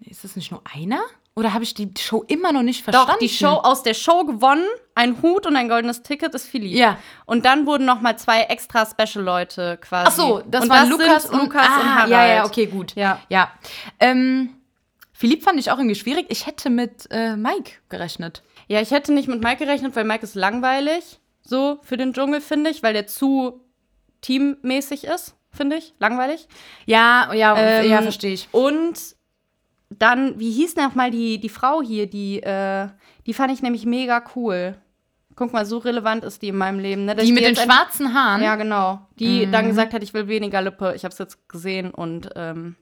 Ist das nicht nur einer? Oder habe ich die Show immer noch nicht verstanden?
Doch, die Show aus der Show gewonnen, ein Hut und ein goldenes Ticket ist Philipp.
Ja.
Und dann wurden noch mal zwei extra Special-Leute quasi.
Ach so, das
und das
waren Lukas,
sind Lukas
ah,
und Harald.
Ja, ja, okay, gut.
Ja.
ja. Ähm, Philipp fand ich auch irgendwie schwierig. Ich hätte mit äh, Mike gerechnet.
Ja, ich hätte nicht mit Mike gerechnet, weil Mike ist langweilig. So für den Dschungel, finde ich, weil der zu teammäßig ist, finde ich. Langweilig.
Ja, ja,
Ähm,
ja, verstehe ich.
Und dann, wie hieß noch mal die, die Frau hier, die, äh, die fand ich nämlich mega cool. Guck mal, so relevant ist die in meinem Leben. Ne? dass
Die
ich
mit den Mhm.
jetzt einfach-
schwarzen Haaren.
Ja, genau. Die dann gesagt hat, ich will weniger Lippe. Ich habe es jetzt gesehen und ähm,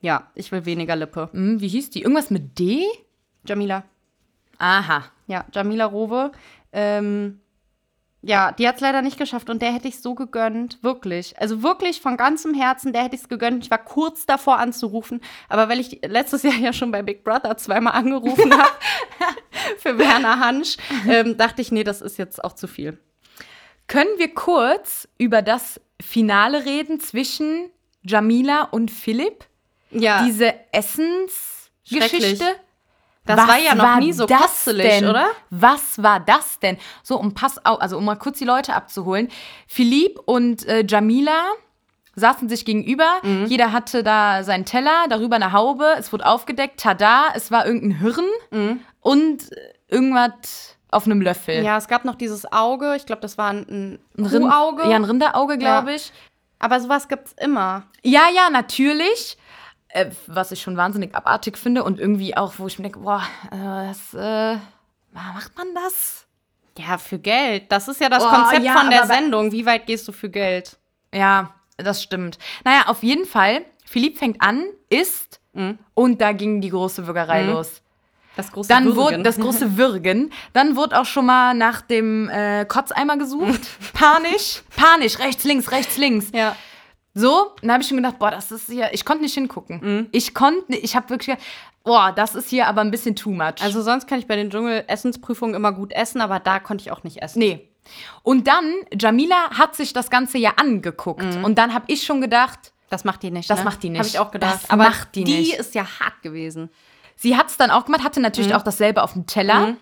ja, ich will weniger Lippe.
Hm, wie hieß die? Irgendwas mit D?
Jamila.
Aha.
Ja, Jamila Rowe. Ähm, ja, die hat es leider nicht geschafft und der hätte ich so gegönnt, wirklich. Also wirklich von ganzem Herzen, der hätte ich es gegönnt. Ich war kurz davor anzurufen, aber weil ich letztes Jahr ja schon bei Big Brother zweimal
*laughs*
angerufen habe *laughs* für Werner Hansch, ähm, dachte ich, nee, das ist jetzt auch zu viel.
Können wir kurz über das Finale reden zwischen Jamila und Philipp?
Ja,
Diese Essensgeschichte?
Ah. Schrecklich. das
Was
war ja noch
war
nie so
das
kostelig,
denn?
oder?
Was war das denn? So, um pass auf, also um mal kurz die Leute abzuholen. Philipp und äh, Jamila saßen sich gegenüber.
Mhm.
Jeder hatte da seinen Teller, darüber eine Haube. Es wurde aufgedeckt. Tada, es war irgendein Hirn und äh, irgendwas auf einem Löffel.
Mhm. Ja, es gab noch dieses Auge. Ich glaube, das war ein, ein
Rind-
Kuhauge.
Ja, ein Rinderauge, glaube
Ja.
ich.
aber sowas gibt's immer.
Ja, ja, natürlich. Äh, was ich schon wahnsinnig abartig finde und irgendwie auch, wo ich mir denke, boah, äh, das, äh, macht man das?
Ja, für Geld. Das ist ja das
Oh,
Konzept
ja,
von der
aber-
Sendung. Wie weit gehst du für Geld?
Ja, das stimmt. Naja, auf jeden Fall, Philipp fängt an, isst
Mhm.
und da ging die große Würgerei los.
Das große
Dann
Mhm. Würgen.
wurde das
*laughs*
große Würgen. Dann wurde auch schon mal nach dem äh, Kotzeimer gesucht. Panisch. Panisch. Rechts, links, rechts, links.
Ja.
So, dann habe ich schon gedacht, boah, das ist hier, ich konnte nicht hingucken.
Mhm.
Ich konnte, ich habe wirklich gedacht, boah, das ist hier aber ein bisschen too much.
Also sonst kann ich bei den Dschungel-Essensprüfungen immer gut essen, aber da konnte ich auch nicht essen.
nee. Und dann, Jamila hat sich das Ganze ja angeguckt.
Mhm.
Und dann habe ich schon gedacht,
Das macht die nicht.
Das
ne?
macht die nicht.
Habe ich auch gedacht.
Das
aber
macht die nicht.
ist ja hart gewesen.
sie hat es dann auch gemacht, hatte natürlich
Mhm.
auch dasselbe auf dem Teller.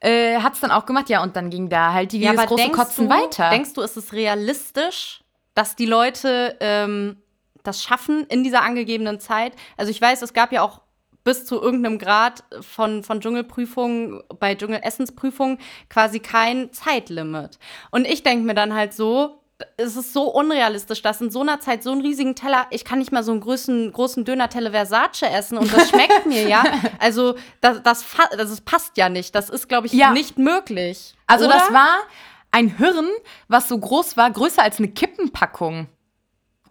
Äh, hat es dann auch gemacht, ja, und dann ging da halt die, das große Kotzen
du,
weiter.
denkst du, ist es realistisch, dass die Leute ähm, das schaffen in dieser angegebenen Zeit? Also ich weiß, es gab ja auch bis zu irgendeinem Grad von, von Dschungelprüfungen, bei Dschungelessensprüfungen quasi kein Zeitlimit. Und ich denke mir dann halt so, es ist so unrealistisch, dass in so einer Zeit so einen riesigen Teller, ich kann nicht mal so einen großen, großen Döner-Teller Versace essen und
*laughs*
das schmeckt mir, ja. Also das, das, fa- also das passt ja nicht. Das ist, glaube ich,
Ja.
nicht möglich.
also,
oder?
das war ein Hirn, was so groß war, größer als eine Kippenpackung.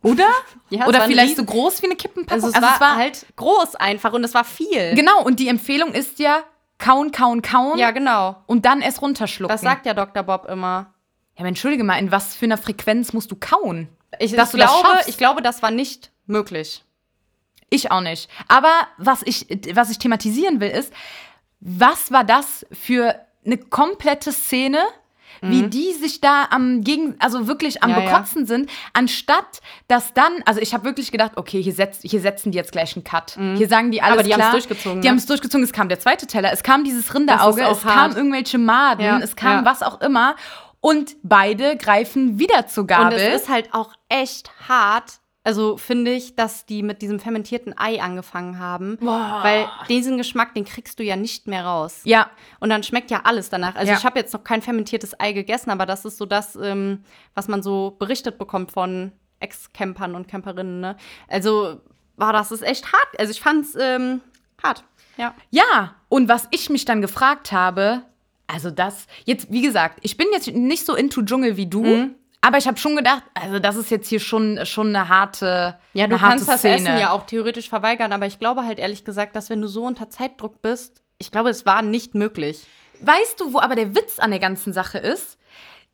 Oder?
*laughs* Ja, es
Oder
war ein
vielleicht
Ries-
so groß wie eine Kippenpackung.
Also es, war halt groß einfach und es war viel.
Genau, und die Empfehlung ist ja kauen, kauen, kauen
Ja, genau.
und dann es runterschlucken.
Das sagt ja Dr. Bob immer.
ja, aber entschuldige mal, in was für einer Frequenz musst du kauen?
Ich,
Dass
ich
du das
glaube,
schaffst.
ich glaube, das war nicht möglich.
Ich auch nicht. Aber was ich, was ich thematisieren will, ist, was war das für eine komplette Szene, wie die sich da am gegen, also wirklich am
Mhm. Ja, ja.
Bekotzen sind, anstatt dass dann, also ich habe wirklich gedacht, okay, hier, setz, hier setzen die jetzt gleich einen Cut. Hier sagen die alles
Mhm. Aber die
klar.
haben's durchgezogen,
Die
ne?
haben es durchgezogen. Es kam der zweite Teller, es kam dieses Rinderauge,
Das ist auch
es
hart.
kam irgendwelche Maden,
Ja,
es kam
ja.
was auch immer. Und beide greifen wieder zur
Und
Gabel.
es ist halt auch echt hart. Also finde ich, dass die mit diesem fermentierten Ei angefangen haben,
Boah.
weil diesen Geschmack, den kriegst du ja nicht mehr raus.
ja,
Und dann schmeckt ja alles danach. Also
Ja.
ich habe jetzt noch kein fermentiertes Ei gegessen, aber das ist so das, ähm, was man so berichtet bekommt von Ex-Campern und Camperinnen. Ne? Also war das ist echt hart. Also ich fand's ähm, hart. Ja.
Ja, und was ich mich dann gefragt habe, also das, jetzt, wie gesagt, ich bin jetzt nicht so into Dschungel wie du,
Mhm.
aber ich habe schon gedacht, also das ist jetzt hier schon, schon eine harte
Ja, du
eine harte
kannst das
Szene.
Essen ja auch theoretisch verweigern, aber ich glaube halt ehrlich gesagt, dass wenn du so unter Zeitdruck bist, ich glaube, es war nicht möglich.
Weißt du, wo aber der Witz an der ganzen Sache ist?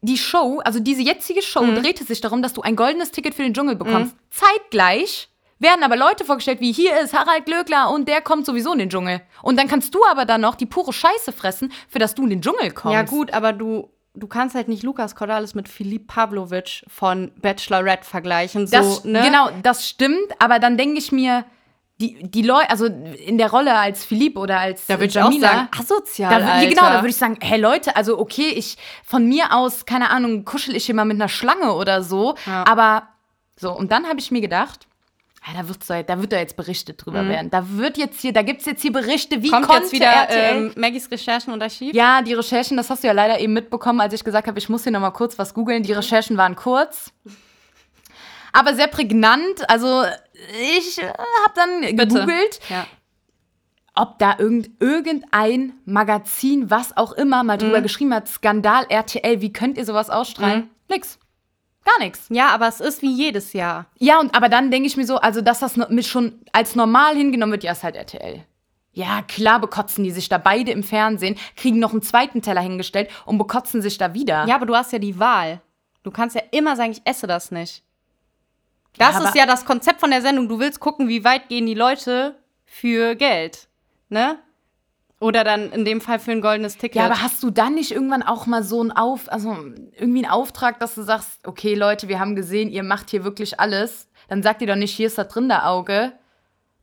die Show, also diese jetzige Show,
Mhm.
drehte sich darum, dass du ein goldenes Ticket für den Dschungel bekommst. Zeitgleich werden aber Leute vorgestellt, wie hier ist Harald Glöckler und der kommt sowieso in den Dschungel. Und dann kannst du aber dann noch die pure Scheiße fressen, für das du in den Dschungel kommst.
Ja, gut, aber du, du kannst halt nicht Lukas Cordalis mit Philipp Pavlovic von Bachelorette vergleichen. So,
Das,
ne?
Genau, das stimmt, aber dann denke ich mir, die, die Leute, also in der Rolle als Philipp oder als äh,
Da würde ich auch
Jamila,
sagen, asozial.
da, wür-
Alter.
genau, da würde ich sagen, hey Leute, also okay, ich von mir aus, keine Ahnung, kuschel ich hier mal mit einer Schlange oder so,
Ja.
aber so und dann habe ich mir gedacht, ja, da, wird's doch, da wird da jetzt berichtet drüber werden. Da wird jetzt hier, da gibt's jetzt hier Berichte, wie
Mhm. Kommt
konnte
jetzt wieder
RTL?
ähm, Maggies Recherchen und Archiv?
ja, die Recherchen, das hast du ja leider eben mitbekommen, als ich gesagt habe, ich muss hier nochmal kurz was googeln. Die Recherchen waren kurz, aber sehr prägnant. Also ich äh, habe dann gegoogelt,
Ja.
ob da irgend, irgendein Magazin, was auch immer, mal drüber geschrieben hat, Skandal RTL, wie könnt ihr sowas ausstrahlen? Nix. Gar nichts.
ja, aber es ist wie jedes Jahr.
Ja, und aber dann denke ich mir so, also dass das no- mit schon als normal hingenommen wird, ja, ist halt RTL. Ja, klar bekotzen die sich da beide im Fernsehen, kriegen noch einen zweiten Teller hingestellt und bekotzen sich da wieder.
Ja, aber du hast ja die Wahl. Du kannst ja immer sagen, ich esse das nicht. Das
Ja,
ist
aber-
ja das Konzept von der Sendung. Du willst gucken, wie weit gehen die Leute für Geld. Ne? Oder dann in dem Fall für ein goldenes Ticket.
Ja, aber hast du dann nicht irgendwann auch mal so einen Auf, also irgendwie einen Auftrag, dass du sagst, okay, Leute, wir haben gesehen, ihr macht hier wirklich alles. Dann sagt ihr doch nicht, hier ist das Rinderauge.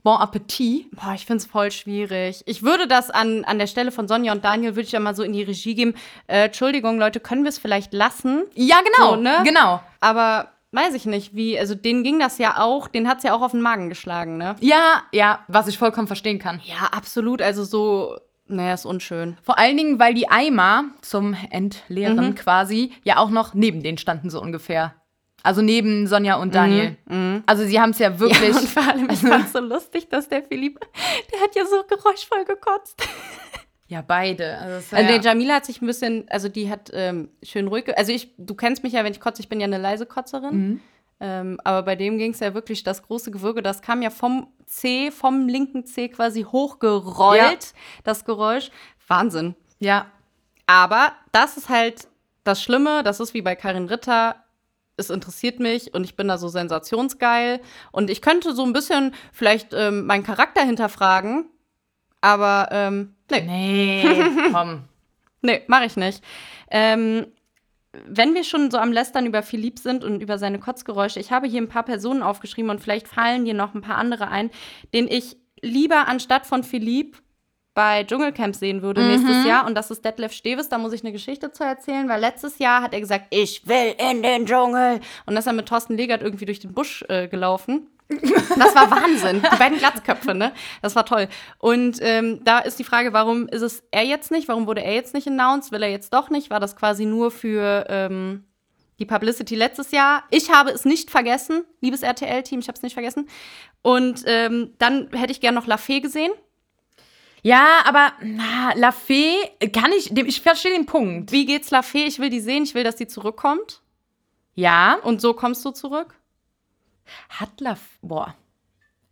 Bon Appetit.
Boah, ich find's voll schwierig. Ich würde das an, an der Stelle von Sonja und Daniel, würde ich ja mal so in die Regie geben. Äh, Entschuldigung, Leute, können wir es vielleicht lassen?
Ja, genau,
So, ne?
genau.
Aber weiß ich nicht, wie, also denen ging das ja auch, den hat's ja auch auf den Magen geschlagen, ne?
Ja, ja, was ich vollkommen verstehen kann.
Ja, absolut. Also so, naja, ist unschön.
Vor allen Dingen, weil die Eimer zum Entleeren quasi ja auch noch neben denen standen, so ungefähr. Also neben Sonja und Daniel. Also sie haben es ja wirklich.
Und vor allem, ich fand's so lustig, dass der Philipp, *laughs* der hat ja so geräuschvoll gekotzt.
*laughs* Ja, beide. Also, es war
Also
ja,
der Jamila hat sich ein bisschen, also die hat ähm, schön ruhig, ge- also ich, du kennst mich ja, wenn ich kotze, ich bin ja eine leise Kotzerin. Ähm, aber bei dem ging es ja wirklich, das große Gewürge, das kam ja vom C, vom linken C quasi hochgerollt,
Ja.
das Geräusch. Wahnsinn.
ja,
Aber das ist halt das Schlimme, das ist wie bei Karin Ritter. Es interessiert mich und ich bin da so sensationsgeil. Und ich könnte so ein bisschen vielleicht ähm, meinen Charakter hinterfragen, aber ähm, nee,
nee, komm.
nee, mache ich nicht. Ähm, wenn wir schon so am Lästern über Philipp sind und über seine Kotzgeräusche, ich habe hier ein paar Personen aufgeschrieben und vielleicht fallen dir noch ein paar andere ein, den ich lieber anstatt von Philipp bei Dschungelcamp sehen würde nächstes Jahr. Und das ist Detlef Steves. Da muss ich eine Geschichte zu erzählen, weil letztes Jahr hat er gesagt, ich will in den Dschungel. Und ist dann mit Thorsten Legert irgendwie durch den Busch äh, gelaufen. Das war Wahnsinn. Die beiden Glatzköpfe, ne? Das war toll. Und ähm, da ist die Frage, warum ist es er jetzt nicht? Warum wurde er jetzt nicht announced? Will er jetzt doch nicht? War das quasi nur für ähm, die Publicity letztes Jahr? Ich habe es nicht vergessen, liebes RTL-Team, ich habe es nicht vergessen. Und ähm, dann hätte ich gern noch Lafay gesehen.
Ja, aber na, La Fee kann ich, dem- ich verstehe den Punkt.
Wie geht's Lafay? Ich will die sehen, ich will, dass die zurückkommt.
Ja,
Und so kommst du zurück?
hat La, boah,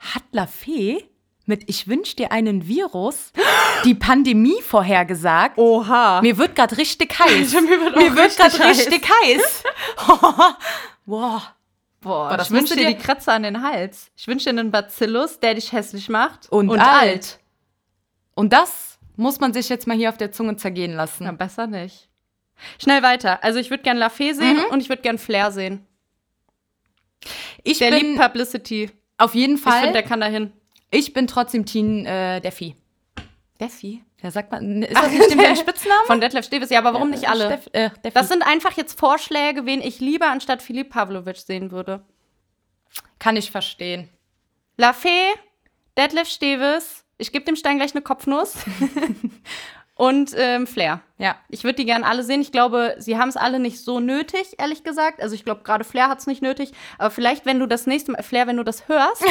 hat La Fee mit Ich wünsch dir einen Virus *gasps* die Pandemie vorhergesagt?
Oha.
Mir wird gerade richtig heiß.
Mir *laughs* wird auch
*laughs* Mir wird
Oh. richtig
gerade richtig heiß. *laughs* wow.
Boah,
das
ich wünsche
wünsche
dir
dir-
die Kratzer an den Hals. Ich wünsche dir einen Bacillus, der dich hässlich macht.
Und, alt. Und das muss man sich jetzt mal hier auf der Zunge zergehen lassen.
Na, besser nicht. Schnell weiter. Also ich würde gern Lafay
Mhm.
sehen und ich würde gern Flair sehen.
ich
Der
bin
liebt Publicity.
auf jeden
Ich finde,
Fall,
der kann
*laughs*
dahin.
ich, bin trotzdem Team äh, Deffi.
Deffi.
Ja, sagt man, ist
*laughs*
das nicht dem dein Spitzname?
Von Detlef Steves. Ja, aber warum nicht alle?
Steff, äh, Deffi.
das sind einfach jetzt Vorschläge, wen ich lieber anstatt Philipp Pavlovic sehen würde.
kann ich verstehen.
Lafay, Detlef Steves. Ich gebe dem Stein gleich eine
*laughs*
Kopfnuss. und ähm, Flair.
Ja.
Ich würde die gern alle sehen. Ich glaube, sie haben es alle nicht so nötig, ehrlich gesagt. Also ich glaube, gerade Flair hat es nicht nötig. Aber vielleicht, wenn du das nächste Mal, Flair, wenn du das hörst,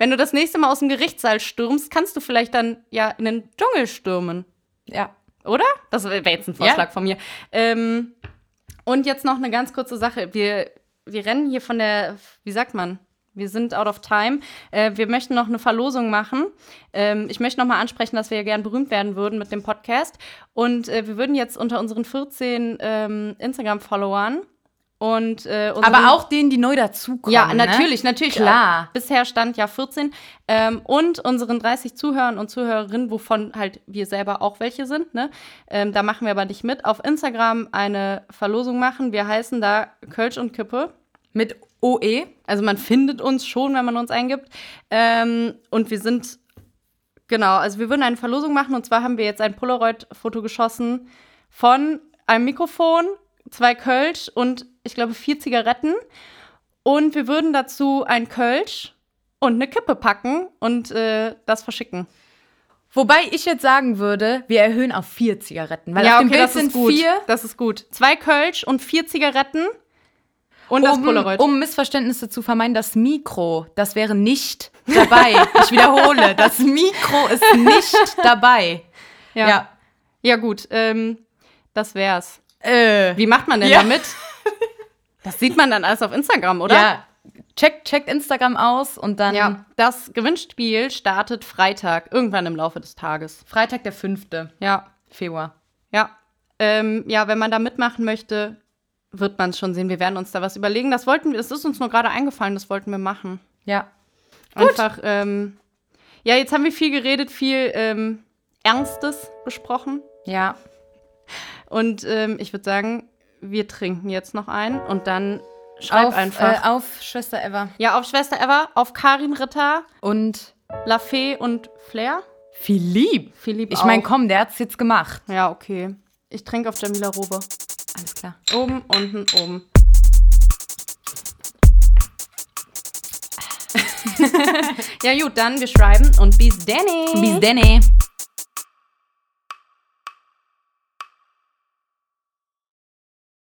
wenn du das nächste Mal aus dem Gerichtssaal stürmst, kannst du vielleicht dann ja in den Dschungel stürmen,
Ja.
oder? Das wäre jetzt ein Vorschlag von mir. Ähm, und jetzt noch eine ganz kurze Sache. Wir, wir rennen hier von der, wie sagt man, Wir sind out of time. Äh, wir möchten noch eine Verlosung machen. Ähm, ich möchte noch mal ansprechen, dass wir ja gern berühmt werden würden mit dem Podcast. Und äh, wir würden jetzt unter unseren 14 ähm, Instagram-Followern und äh, unseren-
Aber auch denen, die neu dazukommen.
ja,
Ne?
natürlich, natürlich.
Klar.
Äh, Bisher stand ja 14. Ähm, und unseren 30 Zuhörern und Zuhörerinnen, wovon halt wir selber auch welche sind, ne? Ähm, da machen wir aber nicht mit. Auf Instagram eine Verlosung machen. Wir heißen da Kölsch und Kippe.
Mit OE.
Also man findet uns schon, wenn man uns eingibt. Ähm, und wir sind, genau, also wir würden eine Verlosung machen. Und zwar haben wir jetzt ein Polaroid-Foto geschossen von einem Mikrofon, zwei Kölsch und ich glaube vier Zigaretten. Und wir würden dazu ein Kölsch und eine Kippe packen und äh, das verschicken.
Wobei ich jetzt sagen würde, wir erhöhen auf vier Zigaretten. Weil auf dem Bild sind vier.
Das ist gut. Zwei Kölsch und vier Zigaretten und das
Um,
Polaroid.
um Missverständnisse zu vermeiden, das Mikro, das wäre nicht dabei. Ich wiederhole, das Mikro ist nicht dabei.
ja. Ja. gut. Ähm, das wär's.
Äh,
Wie macht man denn
Ja.
damit? Das sieht man dann alles auf Instagram, oder?
ja. Checkt check Instagram aus und dann
Ja. Das Gewinnspiel startet Freitag, irgendwann im Laufe des Tages.
Freitag, der 5.
Ja,
Februar.
ja. Ähm, ja, wenn man da mitmachen möchte, wird man es schon sehen. Wir werden uns da was überlegen. Das wollten wir, es ist uns nur gerade eingefallen, das wollten wir machen.
Ja.
Einfach, ähm, ja, jetzt haben wir viel geredet, viel ähm, Ernstes besprochen.
Ja.
Und ähm, ich würde sagen, wir trinken jetzt noch einen und dann schreib
auf,
einfach.
Äh, auf Schwester Eva.
ja, auf Schwester Eva, auf Karin Ritter.
Und
Lafay und Flair?
Philipp.
Philipp
Ich meine,
auch.
komm, der hat's jetzt gemacht.
Ja, okay. Ich trinke auf Jamila Robe.
Alles klar.
Oben, unten, oben. *laughs* ja gut, dann wir schreiben und bis denne.
Mhm. Bis denne.